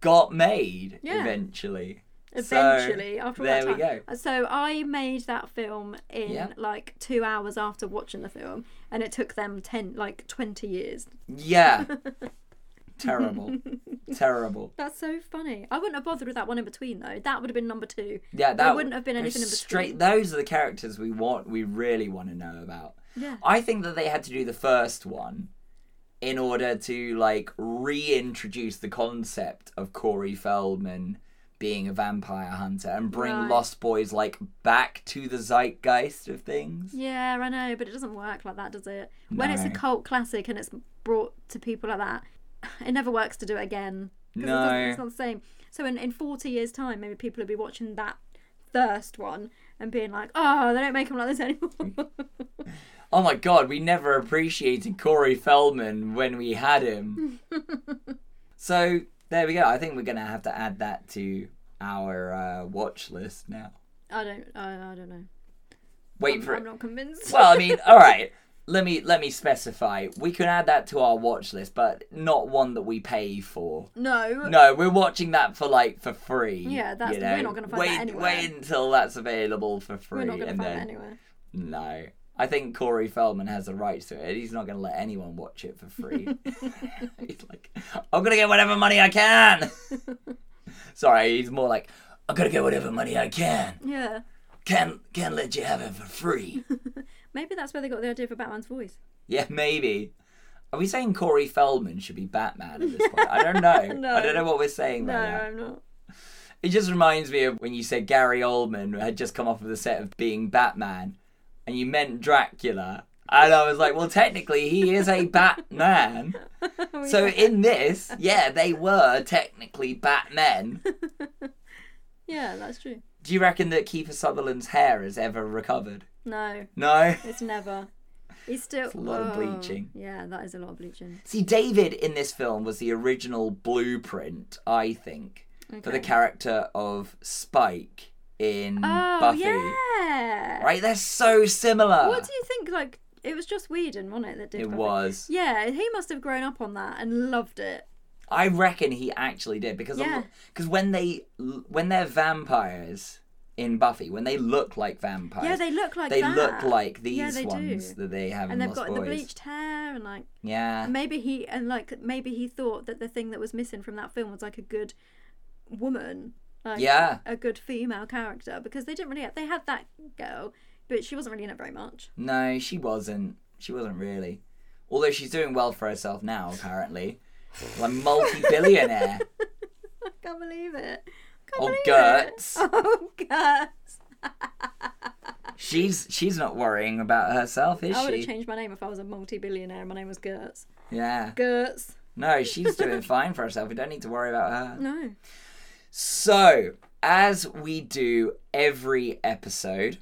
B: got made
C: Yeah.
B: eventually So,
C: Eventually, after all
B: there
C: that
B: we
C: time.
B: go.
C: So I made that film in
B: Yeah.
C: like two hours after watching the film, and it took them ten, like twenty years.
B: yeah terrible terrible
C: That's so funny. I wouldn't have bothered with that one in between though. That would have been number two.
B: yeah that
C: there wouldn't have been
B: they're
C: anything in
B: straight
C: between.
B: those are the characters we want we really want to know about
C: yeah,
B: I think that they had to do the first one in order to like reintroduce the concept of Corey Feldman being a vampire hunter and bring
C: Right.
B: Lost Boys like back to the zeitgeist of things.
C: Yeah, I know, but it doesn't work like that, does it? When it's a
B: No.
C: cult classic and it's brought to people like that, it never works to do it again. 'Cause it
B: No.
C: doesn't- it's not the same. So in, in 40 years' time, maybe people will be watching that first one and being like, oh, they don't make them like this anymore.
B: Oh my god, we never appreciated Corey Feldman when we had him. so there we go. I think we're gonna have to add that to our uh, watch list now.
C: I don't, I, I don't know.
B: Wait
C: I'm,
B: for
C: I'm
B: it.
C: not convinced.
B: Well, I mean, all right. Let me let me specify. We can add that to our watch list, but not one that we pay for.
C: no.
B: No, we're watching that for like for free.
C: Yeah, that's- we're not gonna find
B: wait,
C: that anywhere.
B: Wait until that's available for free,
C: We're not going to
B: and
C: find
B: then
C: that anywhere.
B: no. I think Corey Feldman has the rights to it. He's not going to let anyone watch it for free. he's like, I'm going to get whatever money I can. Sorry, he's more like, I'm going to get whatever money I can.
C: Yeah.
B: Can can let you have it for free.
C: Maybe that's where they got the idea for Batman's voice.
B: yeah, maybe. Are we saying Corey Feldman should be Batman at this point? I don't know.
C: No.
B: I don't know what we're saying
C: No,
B: right now.
C: I'm not.
B: It just reminds me of when you said Gary Oldman had just come off of the set of being Batman, and you meant Dracula, and I was like, well, technically he is a Batman.
C: Oh,
B: so in this, yeah, they were technically Batmen.
C: Yeah, that's true.
B: Do you reckon that Kiefer Sutherland's hair has ever recovered?
C: No,
B: No.
C: it's never. He's still.
B: a lot of
C: Whoa.
B: bleaching.
C: Yeah, that is a lot of bleaching.
B: See, David in this film was the original blueprint, I think, for the
C: Okay.
B: character of Spike in
C: Oh
B: Buffy.
C: yeah.
B: Right? They're so similar.
C: What do you think? Like it was just Whedon, wasn't it? That did
B: it
C: Buffy?
B: was.
C: Yeah, he must have grown up on that and loved it.
B: I reckon he actually did because
C: Yeah.
B: because when they when they're vampires in Buffy, when they look like vampires,
C: Yeah, they look like
B: they
C: that.
B: look like these
C: Yeah, they do.
B: ones that they have
C: And
B: in
C: they've
B: Lost
C: got
B: Boys.
C: the bleached hair and like
B: Yeah,
C: and maybe he and like maybe he thought that the thing that was missing from that film was like a good woman. Like,
B: Yeah.
C: A good female character because they didn't really they had that girl, but she wasn't really in it very much.
B: no, she wasn't. She wasn't really. Although she's doing well for herself now, apparently. Like multi-billionaire.
C: I can't believe it. Can't
B: Oh,
C: believe
B: Gertz.
C: It. Oh Gertz.
B: she's she's not worrying about herself, is
C: I would
B: she?
C: have changed my name if I was a multi-billionaire. and My name was Gertz.
B: Yeah.
C: Gertz.
B: No, she's doing fine for herself. We don't need to worry about her.
C: No.
B: So, as we do every episode,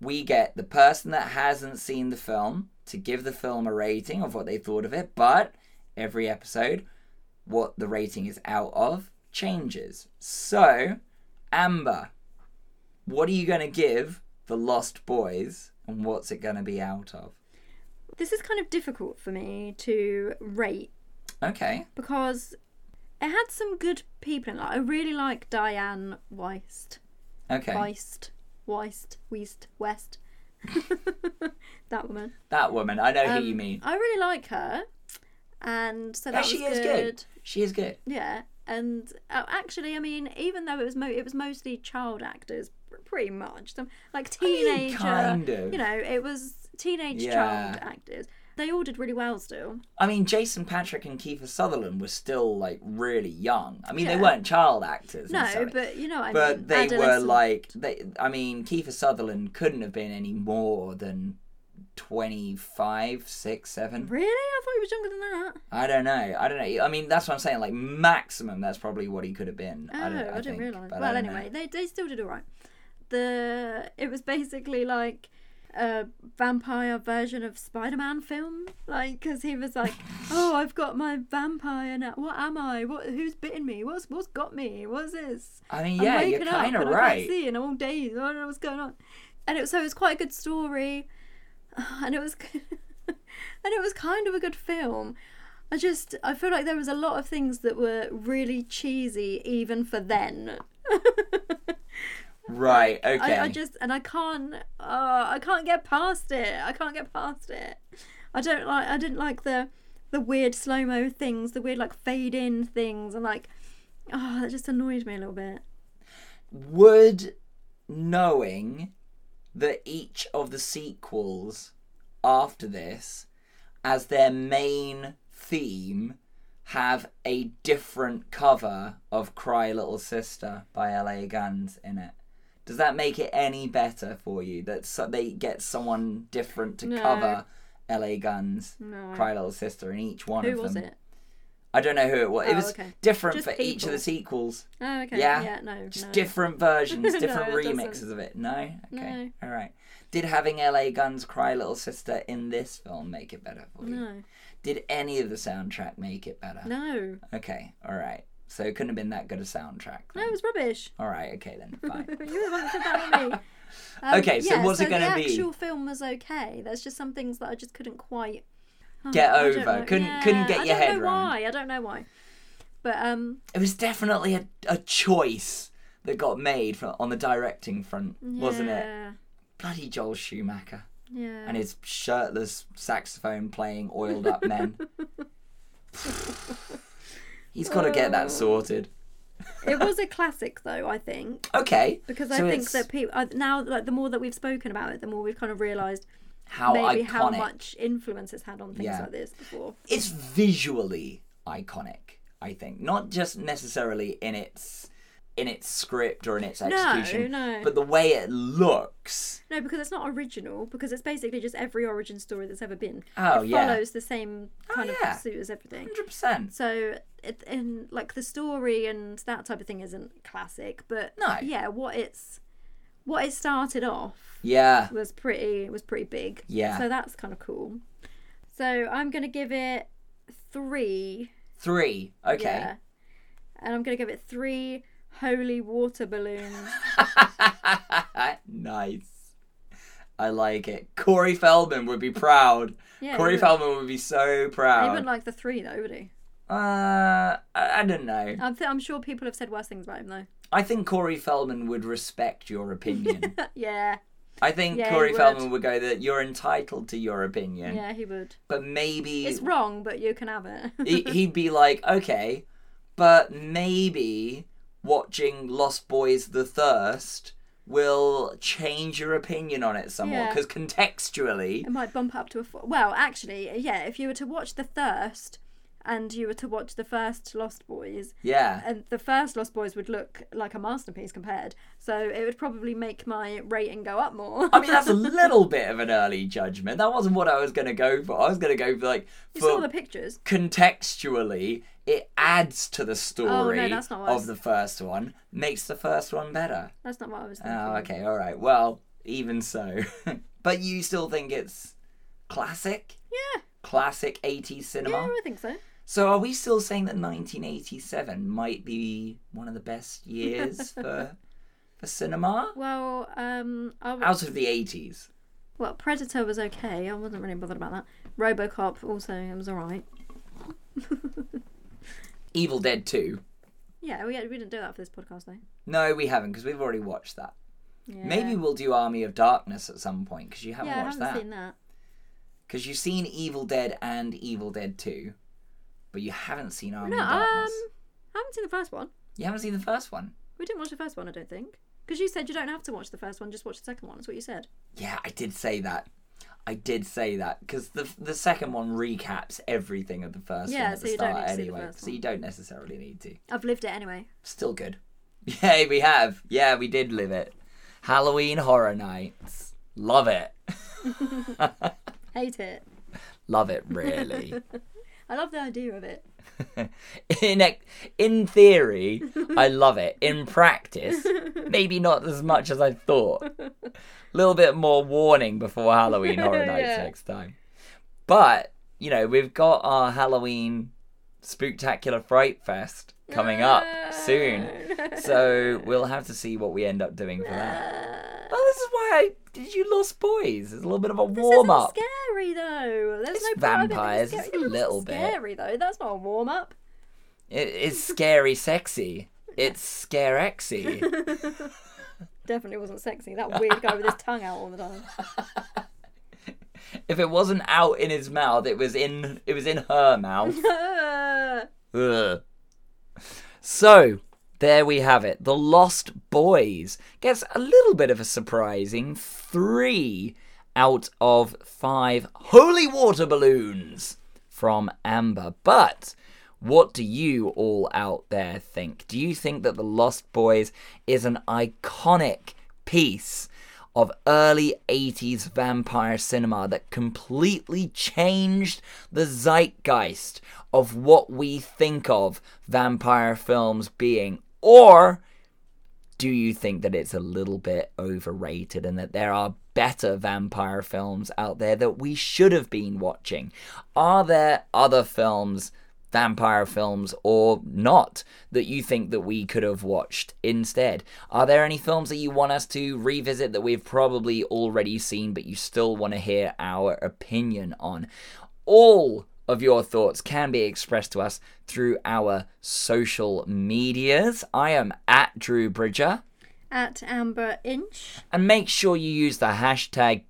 B: we get the person that hasn't seen the film to give the film a rating of what they thought of it, but every episode, what the rating is out of changes. So, Amber, what are you going to give The Lost Boys and what's it going to be out of?
C: This is kind of difficult for me to rate
B: Okay.
C: because it had some good people in it. I really like Diane Weist.
B: Okay.
C: Weist. Weist. Weist. West. that woman.
B: That woman, I know
C: Um,
B: who you mean.
C: I really like her. And so that
B: she
C: was
B: is good. She is good.
C: Yeah, and uh, actually, I mean, even though it was mo- it was mostly child actors, pr- pretty much some like
B: mean,
C: teenager,
B: kind of.
C: you know, it was teenage
B: Yeah.
C: child actors. They all did really well still.
B: I mean, Jason Patrick and Kiefer Sutherland were still like really young. I mean,
C: Yeah.
B: they weren't child actors.
C: No,
B: necessarily,
C: but you know, what I mean,
B: but they were
C: adolescent.
B: like they. I mean, Kiefer Sutherland couldn't have been any more than 25, 6, 7.
C: really. I thought he was younger than that.
B: I don't know. I don't know. I mean, that's what I'm saying. Like maximum, that's probably what he could have been.
C: Oh,
B: I don't. I,
C: didn't
B: think,
C: realize.
B: but I
C: Well,
B: don't know.
C: anyway, they they still did all right. The it was basically like a vampire version of Spider-Man film, like because he was like, "Oh, I've got my vampire now. What am I? What who's bitten me? What's what's got me? What's this?
B: I mean,
C: I'm
B: yeah, you're
C: waking up
B: kind of
C: and I can't
B: right.
C: see and I'm all dazed. I don't know what's going on." And it was, so it was quite a good story, and it was and it was kind of a good film. I just I feel like there was a lot of things that were really cheesy even for then.
B: Right. Okay.
C: I, I just and I can't uh, I can't get past it. I can't get past it. I don't like I didn't like the the weird slow mo things, the weird like fade in things, and like oh that just annoyed me a little bit.
B: would knowing that each of the sequels after this as their main theme have a different cover of Cry Little Sister by LA Guns in it? Does that make it any better for you that so- they get someone different to
C: No.
B: cover LA Guns,
C: No.
B: Cry Little Sister in each one of
C: Who
B: them?
C: was it?
B: I don't know who it was. it
C: Oh,
B: was
C: okay.
B: different
C: Just
B: for each of the
C: people.
B: sequels.
C: Oh, okay.
B: Yeah.
C: Yeah, no.
B: Just
C: no.
B: different versions,
C: No,
B: different
C: it doesn't.
B: remixes of it. No? Okay.
C: No.
B: All right. Did having LA Guns Cry Little Sister in this film make it better for you?
C: No,
B: Did any of the soundtrack make it better?
C: no,
B: Okay. All right. So it couldn't have been that good a soundtrack.
C: no. It was rubbish.
B: All right. Okay then. Fine.
C: you were the one that said that not me. Um,
B: Okay, so
C: yeah,
B: what's it gonna
C: the
B: be?
C: actual film was okay. There's just some things that I just couldn't quite Oh,
B: Get
C: I don't
B: over.
C: know.
B: Couldn't-
C: Yeah,
B: couldn't get your
C: I
B: head
C: don't know
B: round.
C: why. I don't know why. But um,
B: it was definitely a, a choice that got made for, on the directing front, wasn't it?
C: yeah,
B: Bloody Joel Schumacher
C: Yeah.
B: and his shirtless saxophone playing oiled up men. He's got to get that sorted.
C: it was a classic though. I think
B: Okay.
C: because
B: so
C: I think
B: it's
C: that people I- now like the more that we've spoken about it, the more we've kind of realised
B: how
C: maybe
B: iconic.
C: how much influence it's had on things
B: Yeah.
C: like this before.
B: it's visually iconic i think not just necessarily in its in its script or in its execution
C: no.
B: but the way it looks
C: No, because it's not original. Because it's basically just every origin story that's ever been.
B: Oh,
C: it
B: yeah. Oh,
C: follows the same kind
B: yeah.
C: of suit as everything.
B: 100%
C: So, it, in like the story and that type of thing isn't classic, but
B: No.
C: yeah, what it's what it started off
B: yeah
C: was pretty was pretty big.
B: Yeah.
C: So that's kind of cool. So I'm gonna give it three.
B: three okay
C: Yeah. And I'm gonna give it three holy water balloons.
B: nice i like it corey feldman would be proud
C: Yeah,
B: corey
C: he would.
B: feldman would be so
C: I
B: proud
C: even like the three though, would he?
B: uh I, I don't know
C: I'm, th- I'm sure people have said worse things about him though.
B: i think corey feldman would respect your opinion
C: yeah.
B: i think
C: Yeah, he
B: corey
C: would.
B: feldman would go that you're entitled to your opinion
C: Yeah, he would.
B: but maybe
C: It's wrong, but you can have it.
B: he, he'd be like, okay, but maybe watching Lost Boys The Thirst will change your opinion on it somewhat.
C: Yeah.
B: Because contextually,
C: It might bump up to a four. Well, actually, yeah. If you were to watch The Thirst, and you were to watch the first Lost Boys,
B: yeah.
C: and the first Lost Boys would look like a masterpiece compared, so it would probably make my rating go up more.
B: I mean, that's a little bit of an early judgment. That wasn't what I was going to go for. I was going to go for, like,
C: you
B: for
C: saw the pictures.
B: contextually, it adds to the story
C: Oh, that's not what I
B: of
C: was-
B: the first one, makes the first one better.
C: That's not what I was thinking.
B: Oh, okay, all right. Well, even so. but you still think it's classic?
C: Yeah,
B: classic 80s
C: yeah,
B: cinema.
C: I think so.
B: So are we still saying that 1987 might be one of the best years for for cinema
C: Well, um, I w-
B: out of the 80s?
C: well, Predator was okay. I wasn't really bothered about that. RoboCop also it was alright.
B: Evil Dead 2.
C: Yeah, we, we didn't do that for this podcast though.
B: No, we haven't because we've already watched that.
C: Yeah.
B: Maybe we'll do Army of Darkness at some point because you haven't
C: Yeah, I
B: watched
C: haven't
B: that.
C: seen that.
B: Because you've seen Evil Dead and Evil Dead 2, but you haven't seen Army
C: No,
B: of
C: um, I
B: Darkness.
C: haven't seen the first one.
B: You haven't seen the first one.
C: We didn't watch the first one, I don't think. Because you said you don't have to watch the first one, just watch the second one. That's what you said.
B: Yeah, I did say that. I did say that because the the second one recaps everything of the first
C: Yeah,
B: one at
C: so
B: the
C: you don't
B: start
C: need to see the
B: anyway,
C: first
B: so
C: one.
B: you don't necessarily need to.
C: I've lived it anyway.
B: Still good. Yeah, we have. Yeah, we did live it. Halloween Horror Nights. Love it.
C: Hate it.
B: Love it really.
C: I love the idea of it.
B: in ex- in theory, I love it. In practice, maybe not as much as I thought. A little bit more warning before Halloween Horror Nights
C: Yeah.
B: next time. But you know, we've got our Halloween Spooktacular Fright Fest coming up soon,
C: Ah.
B: so we'll have to see what we end up doing for that.
C: Uh,
B: Well, this is why I did you Lost Boys. It's a little bit of a
C: this isn't
B: warm up.
C: scary though. There's
B: It's
C: no part of it that was
B: vampires, it's a
C: scary. Yeah, but
B: little bit.
C: scary though. That's not a warm up.
B: It, it's scary, sexy. It's scarexy.
C: Definitely wasn't sexy. That weird guy with his tongue out all the time.
B: If it wasn't out in his mouth, it was in it was in her mouth. Ugh. So there we have it. The Lost Boys gets a little bit of a surprising three out of five holy water balloons from Amber. But what do you all out there think? Do you think that The Lost Boys is an iconic piece of early 80s vampire cinema that completely changed the zeitgeist of what we think of vampire films being? Or do you think that it's a little bit overrated and that there are better vampire films out there that we should have been watching? Are there other films, vampire films or not, that you think that we could have watched instead? Are there any films that you want us to revisit that we've probably already seen but you still want to hear our opinion on? All of your thoughts can be expressed to us through our social medias. I am at Drew Bridger.
C: At Amber Inch.
B: And make sure you use the hashtag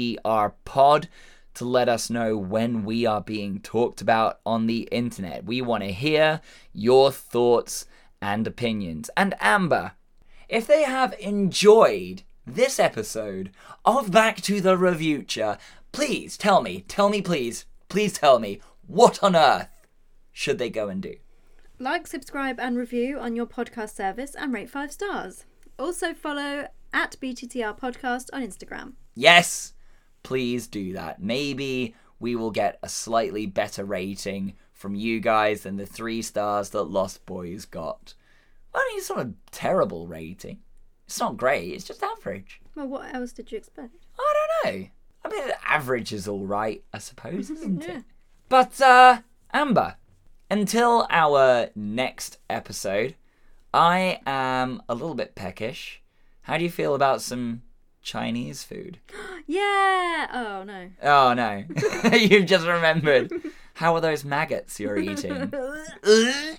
B: BTTRPod to let us know when we are being talked about on the internet. We want to hear your thoughts and opinions. And Amber, if they have enjoyed this episode of Back to the Revuture, please tell me, tell me, please, please tell me, what on earth should they go and do?
C: Like, subscribe, and review on your podcast service and rate five stars. Also follow at BTTR Podcast on Instagram.
B: Yes, please do that. Maybe we will get a slightly better rating from you guys than the three stars that Lost Boys got. I mean, it's not a terrible rating. It's not great, it's just average.
C: Well, what else did you expect?
B: I don't know. I mean, average is all right, I suppose, isn't it? But, uh, Amber, until our next episode, I am a little bit peckish. How do you feel about some Chinese food?
C: Yeah. Oh no.
B: Oh no, you've just remembered. How are those maggots you're eating? Do you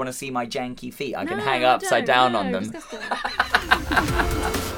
B: want to see my janky feet? I can
C: No,
B: hang
C: I
B: upside
C: don't.
B: down on
C: No,
B: them.
C: disgusting.